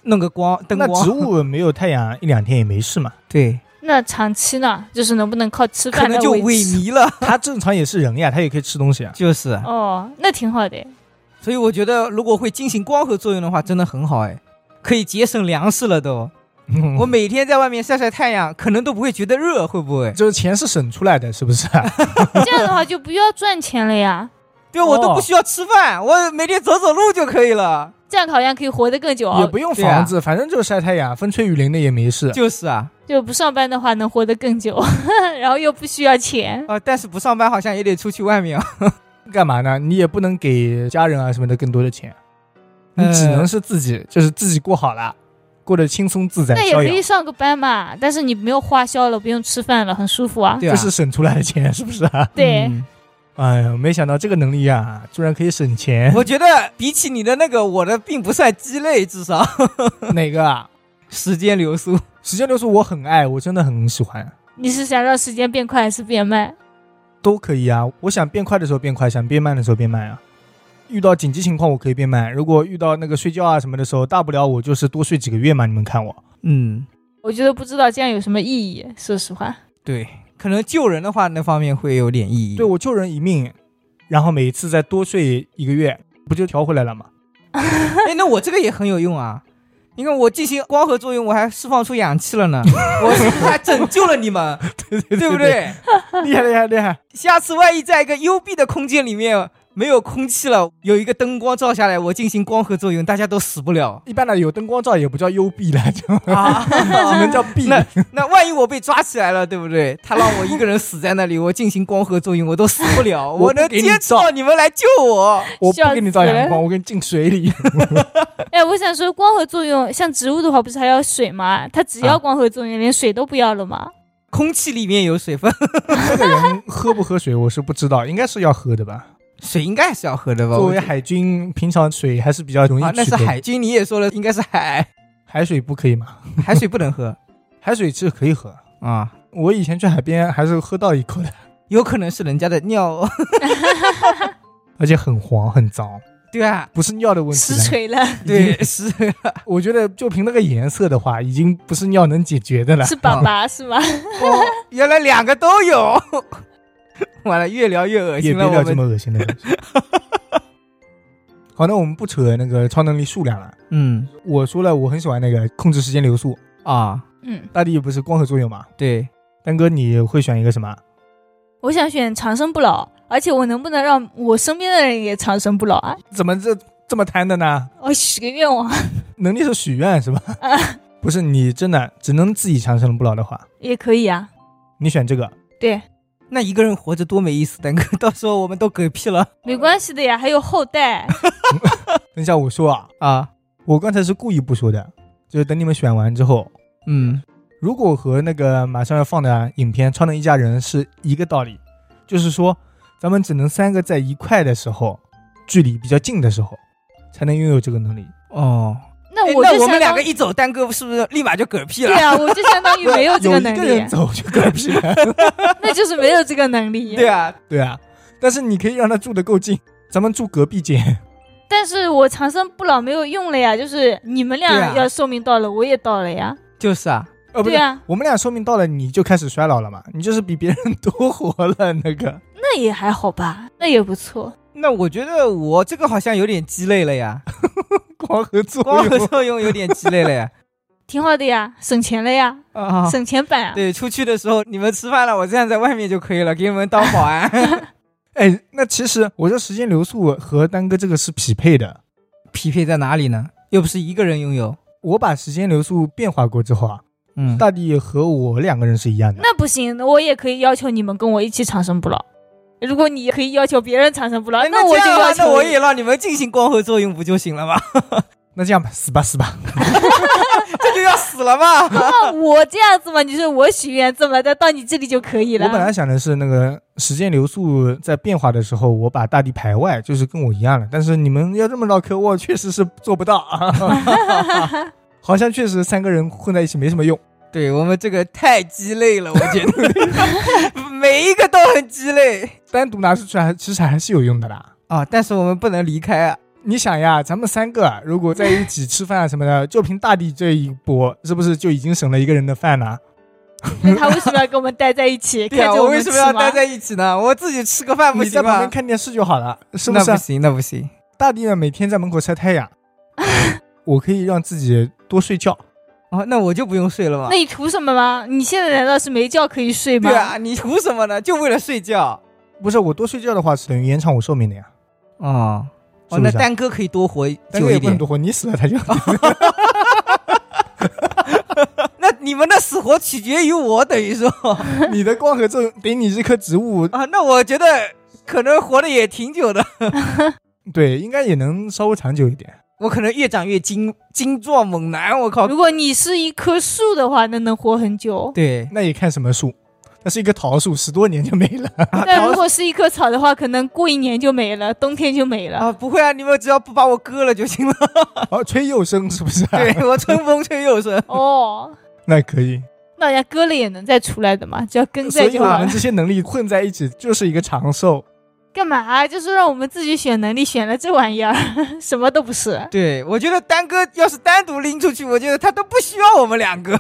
C: 弄个光
B: 嗯
C: 灯
A: 那
C: 光，
A: 植物没有太阳一两天也没事嘛，
C: 对，
B: 那长期呢？就是能不能靠吃
C: 可
B: 饭来
C: 能就
B: 维
C: 萎
B: 持？
C: 靡了。
A: 它正常也是人呀，它也可以吃东 西啊。
C: 就是，
B: 哦，那挺好的。
C: 所以我觉得如果会进行光合作用的话，真的很好哎，可以节省粮食了都。
A: 嗯
C: 我每天在外面晒晒太阳，可能都不会觉得热，会不会？
A: 就是钱是省出来的，是不是？
B: 这样的话就不要赚钱了呀，
C: 对我都
A: 哦
C: 不需要吃饭，我每天走走路就可以了。
B: 这样好像可以活得更久
A: 也
B: 哦。
A: 不用房子，反正就是晒太阳，风吹雨淋的也没事。
C: 就是啊，
B: 就不上班的话能活得更久， 然后又不需要钱。
C: 啊、但是不上班好像也得出去外面啊。
A: 干嘛呢？你也不能给家人啊什么的更多的钱，你
C: 呃
A: 只能是自己，就是自己过好了，过得轻松自在
B: 那也
A: 逍
B: 可以
A: 遥。
B: 上个班嘛，但是你没有花销了，不用吃饭了，很舒服啊。
C: 对啊，
A: 这是省出来的钱，是不是啊？
B: 对
C: 嗯
A: 哎呀，没想到这个能力啊，居然可以省钱。
C: 我觉得比起你的那个，我的并不算鸡肋，至少
A: 哪个啊？
C: 时间流速。
A: 时间流速我很爱，我真的很喜欢，
B: 你是想让时间变快还是变慢？
A: 都可以啊。我想变快的时候变快，想变慢的时候变慢啊。遇到紧急情况我可以变慢，如果遇到那个睡觉啊什么的时候，大不了我就是多睡几个月嘛。你们看我，
C: 嗯，
B: 我觉得不知道这样有什么意义，说实话。
C: 对，可能救人的话，那方面会有点意义。
A: 对我救人一命，然后每一次再多睡一个月，不就调回来了吗？
C: 哎，那我这个也很有用啊！你看我进行光合作用，我还释放出氧气 了呢，我是不是还拯救了你们？
A: 对 对
C: 对不？对？
A: 厉害厉害厉害！
C: 下次万一在一个幽闭的空间里面没有空气了，有一个灯光照下来，我进行光合作用，大家都死不了
A: 一般的有灯光照也不叫幽闭了， 就
C: 啊！
A: 只能叫闭。
C: 那那万一我被抓起来了，对不对？他让我一个人死在那里，我进行光合作用，我都死不了，
A: 我
C: 我
A: 不
C: 能
A: 给你
C: 接触到你们来救我。
A: 我不给你照阳
B: 笑死
A: 光，我给你进水 里。
B: 哎，我想说，光合作用像植物的话，不是还要水吗？它只
C: 啊
B: 要光合作用，连水都不要了吗？
C: 空气里面有水分，
A: 这个人喝不喝水我是不知道，应该是要喝的吧？
C: 水应该还是要喝的吧？
A: 作为
C: 我觉
A: 海军，平常水还是比较容易
C: 得啊，那
A: 取
C: 是
A: 得的。
C: 海军，你也说了，应该是海，
A: 海水不可以吗？
C: 海水不能喝
A: 海水其实可以喝，
C: 啊，
A: 我以前去海边还是喝到一口的，
C: 有可能是人家的 尿。
A: 而且很黄很脏，
C: 对啊，
A: 不是尿的问题
B: 实
A: 了。
B: 锤了，
C: 对， 是哦
A: 我觉得就凭那个颜色的话，已经不是尿能解决的了。
B: 是粑粑是吗？
C: 哦，原来两个都有。 完了，越聊越恶
A: 也
C: 心
A: 别
C: 了。
A: 聊
C: 我
A: 这
C: 们
A: 么恶心的东西。 好，那我们不扯那个超能力数量了。
C: 嗯
A: 我说了，我很喜欢那个控制时间流速。
C: 啊，
B: 嗯，
A: 大地不是光合作用嘛？
C: 对，
A: 丹哥，你会选一个什么？
B: 我想选长生不老，而且我能不能让我身边的人也长生不老啊？
A: 怎么这这么贪的呢？
B: 我许个愿望
A: 能力是许愿是吧？不是，你真的只能自己长生不老的话，
B: 也可以啊。
A: 你选这个。
B: 对，
C: 那一个人活着多没意思，丹哥，到时候我们都嗝屁了
B: 没关系的呀，还有后 代。
A: 等一下我说啊，
C: 啊。
A: 我刚才是故意不说的，就是等你们选完之后，
C: 嗯，
A: 如果和那个马上要放的影片《超能一家人》是一个道理，就是说咱们只能三个在一块的时候，距离比较近的时候，才能拥有这个能力。
C: 哦，
B: 那
C: 哎
B: 我
C: 那
B: 就
C: 我
B: 相
C: 们两
B: 当
C: 个
B: 于
C: 一走单个，是不是立马就嗝屁
B: 对
C: 了？
B: 啊，我就相当于没 有这
A: 啊有
B: 能
A: 一个
B: 力
A: 人，走就嗝屁了，
B: 那就是没有这个能力。
C: 对啊，
A: 对啊。但是你可以让他住的够近，咱们住隔壁间。
B: 但是我长生不老没有用了呀，就是你们
C: 对
B: 俩
C: 啊
B: 要寿命到了，我也到了呀。
C: 就是啊，
A: 呃，不
B: 对
A: 是，
B: 啊，
A: 我们俩寿命到了，你就开始衰老了嘛？你就是比别人多活了那 个。
B: 那也还好吧，那也不错。
C: 那我觉得我这个好像有点鸡肋 了呀，
A: 光合作
C: 光合
A: 用，
C: 作用有点鸡肋 了呀。
B: 挺好的呀，省钱了呀，
C: 啊，
B: 省钱版啊。
C: 对，出去的时候你们吃饭了，我这样在外面就可以了，给你们啊当保 安。
A: 哎，那其实我这时间流速和丹哥这个是匹配的。
C: 匹配在哪里呢？又不是一个人拥有。
A: 我把时间流速变化过之后啊，
C: 嗯，
A: 大地和我两个人是一样的。
B: 那不行，我也可以要求你们跟我一起长生不老。如果你可以要求别人长生不老，
C: 哎
B: 那我就
C: 这样的话
B: 要求
C: 那我
B: 你
C: 也让你们进行光合作用不就行了吗？
A: 那这样吧，死吧死吧，
C: 这就要死了 吧？
B: 那我这样子嘛，你说我许愿这么的到你这里就可以了。
A: 我本来想的是，那个时间流速在变化的时候，我把大地排外，就是跟我一样了。但是你们要这么唠嗑，我确实是做不到 啊。好像确实三个人混在一起没什么用。
C: 对我们这个太鸡肋了，我觉得 每一个都很鸡肋
A: 单独拿出去还其实还是有用的啦。
C: 啊。但是我们不能离开啊。
A: 你想呀，咱们三个如果在一起吃饭啊什么的，就凭大地这一波，是不是就已经省了一个人的饭了？
B: 那他为什么要跟我们待在一起？
C: 对啊，
B: 看着
C: 我
B: 们
C: 为
B: 吃
C: 什么要
B: 吗
C: 待在一起呢？我自己吃个饭不
A: 你
C: 行
A: 在旁边
C: 吗？
A: 看电视就好了，是不
C: 那
A: 是
C: 不
A: 啊？
C: 行，那不行。
A: 大地呢，每天在门口晒太 阳，我可以让自己多睡觉。
C: 哦，那我就不用睡了嘛
B: 那。你图什么吗？你现在难道是没觉可以睡吗？
C: 对啊，你图什么呢？就为了睡觉。
A: 不是我多睡觉的话，是等于延长我寿命的呀。
C: 哦，
A: 是不
C: 哦，那哦
A: 是啊
C: 丹哥可以多活
A: 但
C: 久
A: 是也
C: 一
A: 不能
C: 点
A: 多。活，你死了他 就。
C: 那你们的死活取决于我，等于说啊，
A: 你的光合作用顶你这棵植 物，
C: 那我觉得可能活的也挺久的。
A: 对，应该也能稍微长久一点。
C: 我可能越长越精精壮猛男，我靠！
B: 如果你是一棵树的话，那能活很久。
C: 对，
A: 那也看什么树，那是一棵桃树，十多年就没 了。
C: 啊
B: 但如果是一棵草的话，可能过一年就没了，冬天就没了。
C: 啊，不会啊，你们只要不把我割了就行 了。
A: 哦，吹又生是不是、啊？
C: 对，我春风吹又生。
B: 哦，
A: 那可以。
B: 那人家割了也能再出来的嘛，只要根
A: 所
B: 在
A: 以
B: 就
A: 我
B: 好
A: 们
B: 了。
A: 这些能力混在一起就是一个长寿。
B: 干嘛、啊就是让我们自己选能力，选了这玩意儿， 什么都不是。
C: 对，我觉得丹哥要是单独拎出去，我觉得他都不需要我们 两个。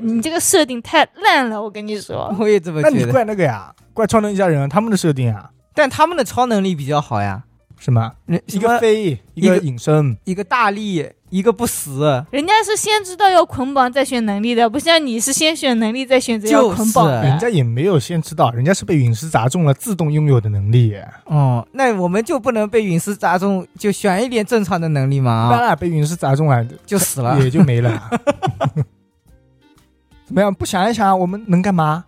B: 你这个设定太烂了，我跟你说。
C: 我也这么
A: 那
C: 觉
A: 你
C: 得。
A: 怪那个呀，怪超能一家人啊他们的设定啊，
C: 但他们的超能力比较好呀，
A: 是吗？
C: 一
A: 一个飞，一个
C: 一个
A: 隐身，
C: 一个大力，一个不死，
B: 人家是先知道要捆绑再选能力的，不像你是先选能力再选择要
C: 就是
B: 捆绑的。
A: 人家也没有先知道，人家是被陨石砸中了自动拥有的能力。
C: 哦，那我们就不能被陨石砸中，就选一点正常的能力嘛
A: 当
C: 啊，
A: 然被陨石砸中了
C: 就死了。
A: 也就没 了。怎么样？不想一想，我们能干嘛？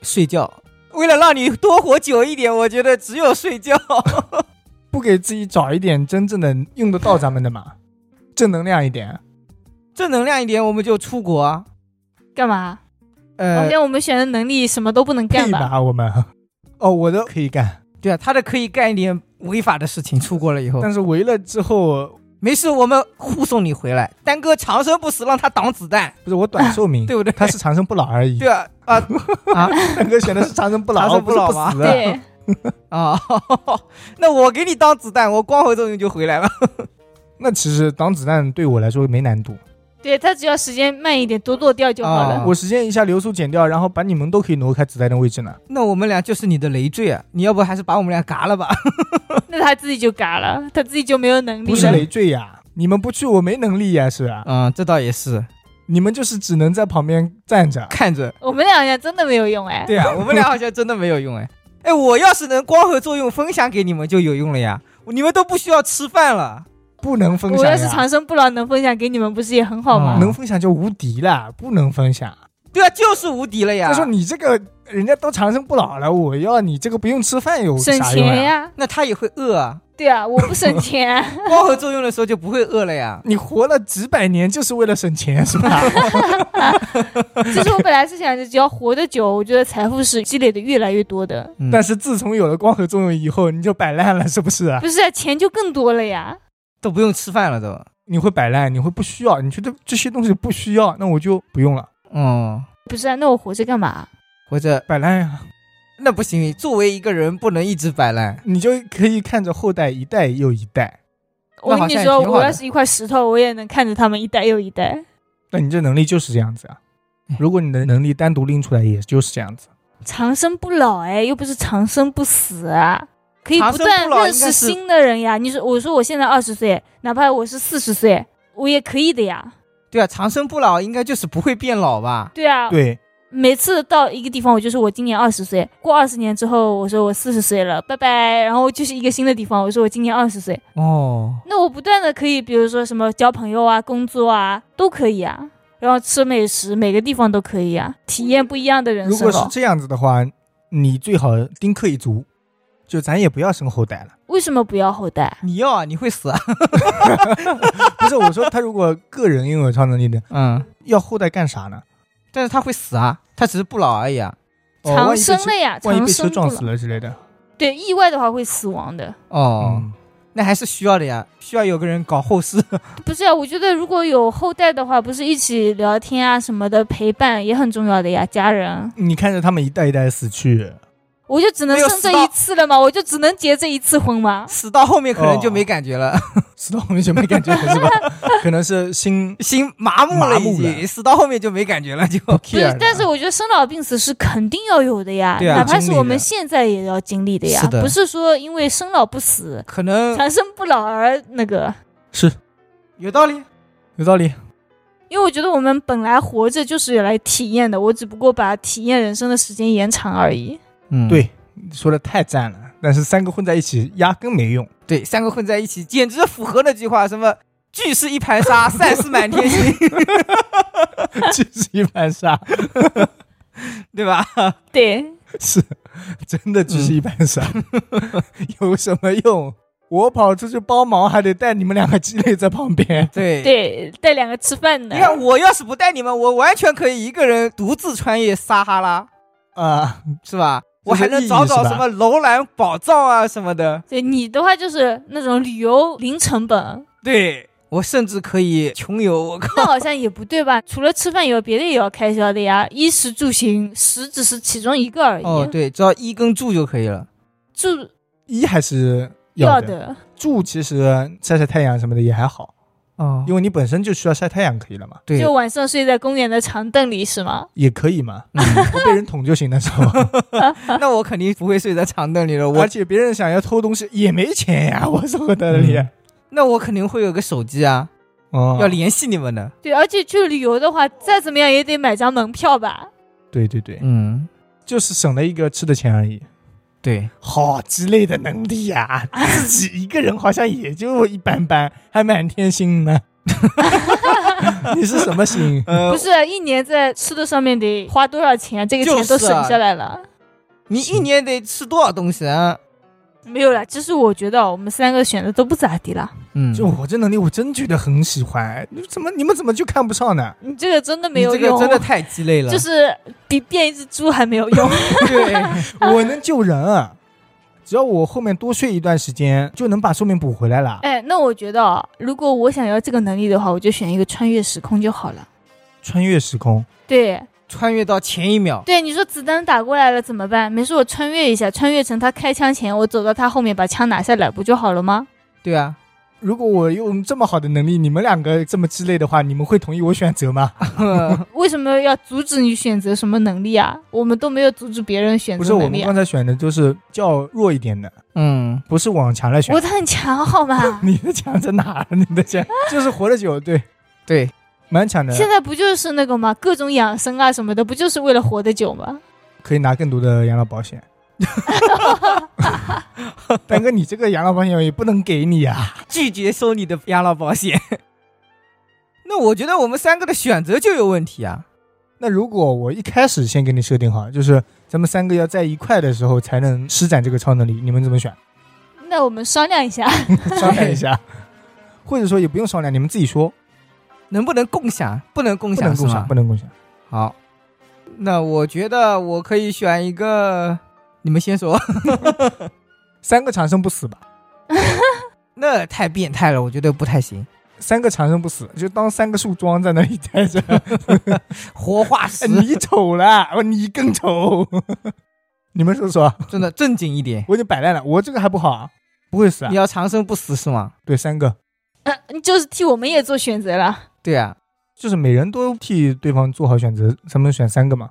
C: 睡觉，为了让你多活久一点，我觉得只有睡觉。
A: 不给自己找一点真正的用得到咱们的嘛，正能量一点。
C: 正能量一点，我们就出国啊。
B: 干嘛？好
C: 呃，
B: 像我们选的能力什么都不能
A: 可
B: 干
A: 以
B: 吧？
A: 吧？我们哦，我的可以干，
C: 对啊，他的可以干一点违法的事情，出国了以后
A: 但是围了之后，
C: 没事，我们护送你回来。丹哥长生不死，让他挡子弹，
A: 不是我短寿命，
C: 对不对？
A: 他是长生不老而已
C: 对。啊
A: 大
C: 啊
A: 哥选的是长生不老，
C: 长生不老
A: 是
C: 吗
A: 死。
B: 对，
C: 啊！ 那我给你当子弹，我光合作用就回来了。
A: 那其实挡子弹对我来说没难度，
B: 对他只要时间慢一点，多落掉就好了。
C: 啊
A: 我时间一下流速减掉，然后把你们都可以挪开子弹的位置呢。
C: 那我们俩就是你的累赘啊！你要不还是把我们俩嘎了吧？
B: 那他自己就嘎了，他自己就没有能力
A: 不是
B: 了。
A: 累赘呀，你们不去我没能力呀，是吧？
C: 嗯，这倒也是，
A: 你们就是只能在旁边站着。
C: 看着。
B: 我们俩人真的没有用哎。
C: 对 啊，我们俩好像真的没有用哎。哎，我要是能光合作用分享给你们就有用了呀，你们都不需要吃饭了。
A: 不能分
B: 我
A: 享
B: 要是
A: 呀，啊
B: 长生不老能分享给你们，不是也很好吗？
C: 嗯
A: 能分享就无敌了，不能分享。
C: 对啊，就是无敌了呀。
A: 再说你这个人家都长生不老了，我要你这个不用吃饭有
B: 省
A: 啥用
B: 钱
A: 呀？
B: 呀、
C: 那他也会饿啊，
B: 对啊，我不省钱，
C: 光合作用的时候就不会饿了呀。
A: 你活了几百年就是为了省钱是 吧？
B: 其实我本来是想着只要活得久，我觉得财富是积累的越来越多的，
C: 嗯
A: 但是自从有了光合作用以后，你就摆烂了是不是？
B: 不是啊、钱就更多了呀。
C: 都不用吃饭了都。
A: 你会摆烂，你会不需要，你觉得这些东西不需要，那我就不用了，
C: 嗯，
B: 不是啊，那我活着干嘛？
C: 或者
A: 摆烂呀、
C: 那不行，作为一个人不能一直摆烂。
A: 你就可以看着后代一代又一代，
B: 我
C: 那好
B: 跟你
C: 像也
B: 说，
C: 挺好
B: 我
C: 的
B: 要是一块石头，我也能看着他们一代又一代。
A: 那你这能力就是这样子啊。
C: 嗯
A: 如果你的能力单独拎出来，也就是这样子。
B: 长生不老哎，又不是长生不死啊，可以
C: 长
B: 不
C: 生不
B: 断
C: 老
B: 认
C: 应该
B: 识
C: 是
B: 新的人呀。你说，我说我现在二十岁，哪怕我是四十岁，我也可以的呀。
C: 对啊，长生不老应该就是不会变老吧？
B: 对啊，
A: 对，
B: 每次到一个地方，我就是我今年二十岁，过二十年之后，我说我四十岁了，拜拜。然后就是一个新的地方，我说我今年二十岁，
C: 哦，
B: 那我不断的可以，比如说什么交朋友啊、工作啊，都可以啊。然后吃美食，每个地方都可以啊，体验不一样的人
A: 如
B: 生哦
A: 果是
B: 了。
A: 这样子的话，你最好丁克一族，就咱也不要生后代了。
B: 为什么不要后代？
C: 你要啊，你会死啊？
A: 不是我说，他如果个人拥有超能力的，
C: 嗯，
A: 要后代干啥呢？
C: 但是他会死啊，他只是不老而已啊。
A: 哦
B: 长生了呀，
A: 万一被车万一被
B: 长
A: 车
B: 生不
A: 撞
B: 老。
A: 死了之类的。
B: 对，意外的话会死亡的。
C: 哦，
A: 嗯，
C: 那还是需要的呀，需要有个人搞后事。
B: 不是啊，我觉得如果有后代的话，不是一起聊天啊什么的，陪伴也很重要的呀，家人。
A: 你看着他们一代一代死去，
B: 我就只能
C: 没有
B: 生
C: 死
B: 这
C: 到
B: 一次了嘛，我就只能结这一次婚嘛。
C: 死到后面可能就
A: 哦
C: 没感觉了，
A: 死到后面就没感觉了， 是吧？可能是心
C: 心麻木
A: 麻
C: 了，
A: 木
C: 已
A: 了
C: 经死到后面就没感觉了，就
A: 不
B: 不是
A: care，，
B: 但是我觉得生老病死是肯定要有的呀，
C: 对啊
B: 哪怕是我
A: 经历
B: 们
A: 的
B: 现在也要经历的呀，
C: 是的嗯
B: 不是说因为生老不死、
C: 可能
B: 长生不老而那个。
A: 是
C: 有道理。
A: 有道理。
B: 因为我觉得我们本来活着就是来体验的，我只不过把体验人生的时间延长而已。
C: 嗯
A: 对，你说的太赞了，但是三个混在一起压根没用。
C: 对，三个混在一起，简直符合那句话，什么“聚是一盘 沙，散是满天星
A: 这是啊一盘沙，”，
C: 对吧？
B: 对，
A: 是 真的只是一盘沙，
C: 嗯
A: 有什么用？我跑出去帮忙，还得带你们两个鸡肋在旁 边。
C: 对。
B: 对，带两个吃饭的
C: 你，看，我要是不带你们，我完全可以一个人独自穿越撒哈拉，
A: 啊，
C: 是吧？
A: 这
C: 我
A: 是
C: 还
A: 意
C: 能
A: 义
C: 找
A: 是
C: 找
A: 吧
C: 什么楼兰宝藏啊什么的。
B: 对你的话就是那种旅游零成本，
C: 对我甚至可以穷游，我靠！
B: 那好像也不对吧？除了吃饭以外，别的也要开销的呀，衣食住行，食只是其中一个而已。
C: 哦，对，只要一跟住就可以了。
B: 住
A: 一还是
B: 要
A: 要
B: 的，
A: 住其实晒晒太阳什么的也还好，
C: 哦
A: 因为你本身就需要晒太阳，可以了嘛，
C: 对
B: 就晚上睡在公园的长凳里是吗？
A: 也可以嘛，
C: 嗯
A: 不被人捅就行了，是吧？
C: 那我肯定不会睡在长凳里 了，
A: 而
C: 我
A: 且别人想要偷东西也没钱呀，我说的你，
C: 嗯那我肯定会有个手机啊，
A: 哦，
C: 要联系你们的。
B: 对，而且去旅游的话，再怎么样也得买张门票吧。
A: 对对对，
C: 嗯，
A: 就是省了一个吃的钱而已。
C: 对，
A: 好鸡肋的能力呀、自己一个人好像也就一般般，还满天星 呢。你是什么星？
C: 呃
B: 不是啊一年在吃的上面得花多少钱啊？这个
C: 就
B: 钱都
C: 是
B: 省
C: 啊
B: 下来了。
C: 你一年得吃多少东西啊？
B: 没有啦，其实我觉得我们三个选的都不咋地啦。
C: 嗯
A: 就我这能力，我真觉得很喜欢。你怎么你们怎么就看不上 呢？
B: 你这个真的没
C: 你
B: 有
C: 这
B: 用，哦
C: 个真的太鸡肋了。
B: 就是比变一只猪还没有 用。
C: 对，
A: 我能救人啊，只要我后面多睡一段时间，就能把寿命补回来了。
B: 哎，那我觉得啊，如果我想要这个能力的话，我就选一个穿越时空就好了。
A: 穿越时空，
B: 对
C: 穿越到前一秒，
B: 对，你说子弹打过来了怎么办？没事，我穿越一下，穿越成他开枪前，我走到他后面把枪拿下来，不就好了吗？
C: 对啊，
A: 如果我用这么好的能力，你们两个这么鸡肋的话，你们会同意我选择吗？
B: 为什么要阻止你选择什么能力啊？我们都没有阻止别人选
A: 不是，
B: 择
A: 我
B: 能
A: 们
B: 力、
A: 刚
B: 啊。
A: 才选的就是较弱一点的，
C: 嗯，
A: 不是往强了选？
B: 我。的很强，好吗
A: 你的强在哪儿？你的强就是活得久，对，
C: 对，
A: 蛮强的，
B: 现在不就是那个吗？各种养生啊什么的，不就是为了活得久吗？
A: 可以拿更多的养老保险。丹哥，你这个养老保险也不能给你啊呀、
C: 拒绝收你的养老保险。 那我觉得我们三个的选择就有问题啊。
A: 那如果我一开始先给你设定好，就是咱们三个要在一块的时候才能施展这个超能力，你们怎么选？
B: 那我们商量一下，
A: 商量一下，或者说也不用商量，你们自己说。
C: 能不能共享？不能共
A: 不
C: 享
A: 能
C: 是
A: 共享，
C: 吗
A: 不？能共享。
C: 好，那我觉得我可以选一个，你们先说。
A: 三个长生不死吧？
C: 那太变态了，我觉得不太行。
A: 三个长生不死，就当三个树桩在那里待着。
C: 活化石
A: 哎你丑了，我你更丑。 你们说说，
C: 真的正经一点，
A: 我已经摆烂了，我这个还不好啊，不会死啊
C: 你？要长生不死是吗？
A: 对，三个
B: 嗯，你就是替我们也做选择了。
C: 对啊，
A: 就是每人都替对方做好选择，咱们选三个嘛。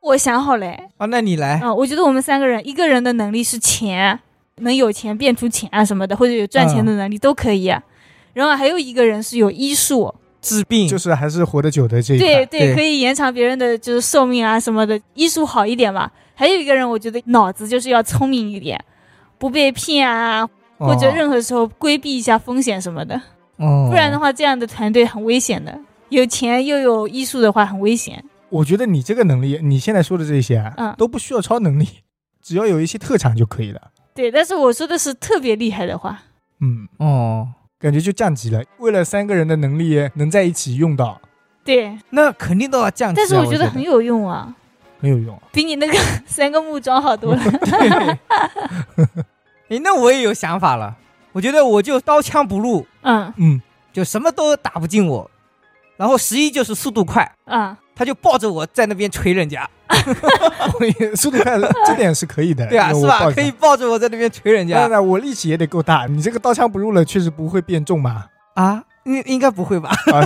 B: 我想好嘞，
C: 啊，那你来，
B: 啊，我觉得我们三个人，一个人的能力是钱，能有钱变出钱啊什么的，或者有赚钱的能力都可以、啊。然后还有一个人是有医术，
C: 治病
A: 就是还是活得久的这一
B: 对
A: 块，
B: 对，
C: 嗯对
B: 可以延长别人的就是寿命啊什么的，医术好一点嘛。还有一个人，我觉得脑子就是要聪明一点，不被骗啊，或者
A: 哦
B: 任何时候规避一下风险什么的，
C: 哦，
B: 不然的话，这样的团队很危险的。有钱又有医术的话，很危险。
A: 我觉得你这个能力，你现在说的这些啊，
B: 嗯
A: 都不需要超能力，只要有一些特长就可以了。
B: 对，但是我说的是特别厉害的话，
A: 嗯，
C: 哦，
A: 感觉就降级了。为了三个人的能力能在一起用到，
B: 对，
C: 那肯定都要降级
B: 哦
C: 啊。
B: 但是
C: 我
B: 我觉得很有用啊。
A: 很有用。
B: 比你 那个三个木桩好多了。
C: 哎，那我也有想法了。我觉得我就刀枪不入，
B: 嗯
A: 嗯，
C: 就什么都打不进我。然后十一就是速度快，
B: 啊，
C: 他就抱着我在那边捶人
A: 哎
C: 家，
A: 我也速度快，这点是可以的。
C: 对啊，
A: 因为
C: 是
A: 我
C: 吧？
A: 抱着
C: 可以。抱着我在那边捶人
A: 当
C: 家
A: 然了，我力气也得够大。你这个刀枪不入了，确实不会变重嘛。
C: 啊？应应该不会 吧？
A: 啊，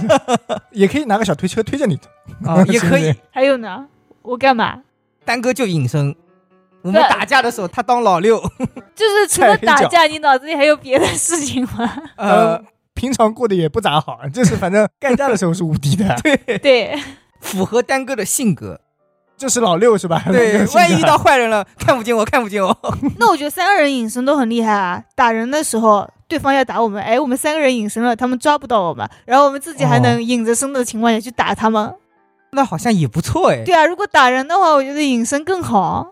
A: 也可以拿个小推车推着你。
C: 啊，也
A: 是不
C: 可以
A: 是。
B: 还有呢，我干嘛？
C: 丹哥就隐身。我们
B: 对
C: 打架的时候，他当老六。
B: 就是除
A: 踩
B: 了
A: 黑脚
B: 打架，你脑子里还有别的事情 吗？
C: 呃
A: 嗯，平常过得也不咋好，就是反 正干架的时候是无敌的。
C: 对，
B: 对，
C: 符合丹哥的性格。
A: 这是老六是吧？，
C: 对万一遇到坏人了， 看不见我，看不见我。
B: 那我觉得三个人隐身都很厉害啊。打人的时候，对方要打我们，哎，我们三个人隐身了，他们抓不到我们，然后我们自己还
C: 哦
B: 能隐着身的情况下去打他们。
C: 那好像也不错哎。
B: 对啊，如果打人的话，我觉得隐身更好。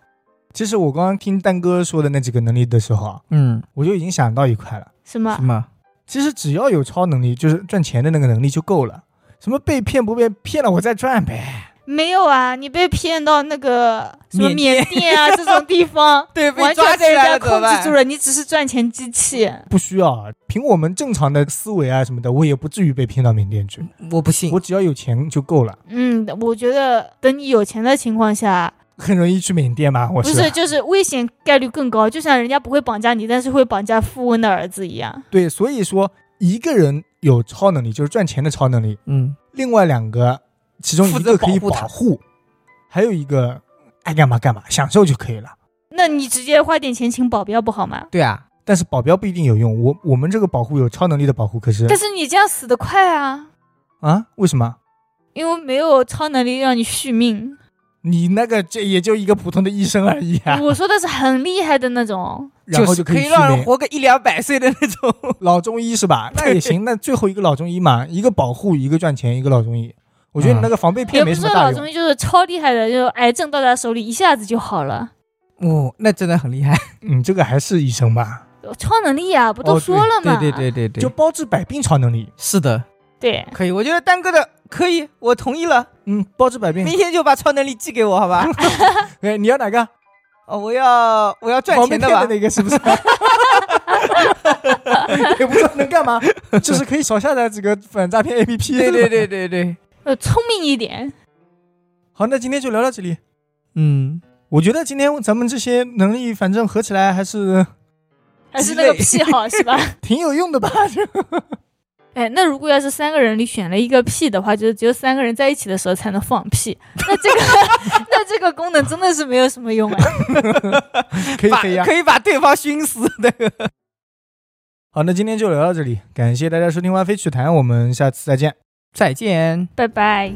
A: 其实我刚刚听蛋哥说的那几个能力的时候啊，
C: 嗯，
A: 我就已经想到一块了。
B: 什么
C: 什？么？
A: 其实只要有超能力，就是赚钱的那个能力就够了。什么被骗不被骗了，我再赚呗。
B: 没有啊，你被骗到那个什么
C: 缅
B: 缅甸啊这种地方，
C: 对， 被
B: 完
C: 抓
B: 全
C: 起
B: 被人
C: 来
B: 家
C: 了怎
B: 控
C: 么
B: 制
C: 办
B: 住？了，你只是赚钱机器。
A: 不需要啊，凭我们正常的思维啊什么的，我也不至于被骗到缅甸去。
C: 我不信
A: 我，只要有钱就够了，
B: 嗯，我觉得等你有钱的情况下，
A: 很容易去缅甸嘛。我
B: 不 是就是危险概率更高，就像人家不会绑架你，但是会绑架富翁的儿子一样。
A: 对，所以说一个人有超能力就是赚钱的超能力，
C: 嗯，
A: 另外两个其中一
C: 负责
A: 个可以
C: 保护他
A: 保护，还有一个爱干嘛干嘛，享受就可以了。
B: 那你直接花点钱请保镖不好吗？
C: 对啊，
A: 但是保镖不一定有用。我我们这个保护有超能力的保护，可是
B: 但是你这样死得快啊，
A: 啊，为什么？
B: 因为没有超能力让你续命。
A: 你那个这也就一个普通的医生而已啊，
B: 我说的是很厉害的那种，
A: 然后就
C: 是可
A: 以续
C: 让人
A: 命。
C: 活个一两百岁的那种。
A: 老中医是吧？那也行，那最后一个老中医嘛，一个保护，一个赚钱，一个老中医。我觉得你那个防被
B: 也
A: 骗
B: 不
A: 没
B: 是
A: 什么
B: 说
A: 大
B: 老
A: 用
B: 中，医就是超厉害的，就是癌症到他手里一下子就好了。
C: 哦，那真的很 厉害。
A: 你嗯这个还是医生吧？
B: 超能力啊，不都
A: 哦对
B: 说了吗？
C: 对
A: 就包治百病超能力，
C: 是的，
B: 对
C: 可以。我觉得丹哥的可以，我同意了。
A: 嗯，包治百病
C: 明。天就把超能力寄给我，好 吧？
A: 哎，你要哪个？
C: 哦，我要我要赚
A: 防被
C: 钱的
A: 骗
C: 吧
A: 的？那个是不是？ 也不知道能干嘛，就是可以少下载几个反诈骗 APP。
C: 对对对。对对，
B: 呃，聪明一点，
A: 好，那今天就聊到这里。
C: 嗯，
A: 我觉得今天咱们这些能力，反正合起来还是
B: 还是那个
C: 鸡肋
B: 癖好是吧？
A: 挺有用的吧？
B: 哎，那如果要是三个人里选了一个屁的话，就是只有三个人在一起的时候才能放屁。那这个， 那这个功能真的是没有什么用哎。
A: 可以
C: 把
A: 可以啊。
C: 可以把对方熏死的。
A: 好，那今天就聊到这里，感谢大家收听《歪飞趣谈》，我们下次再见。
C: 再见。
B: 拜拜。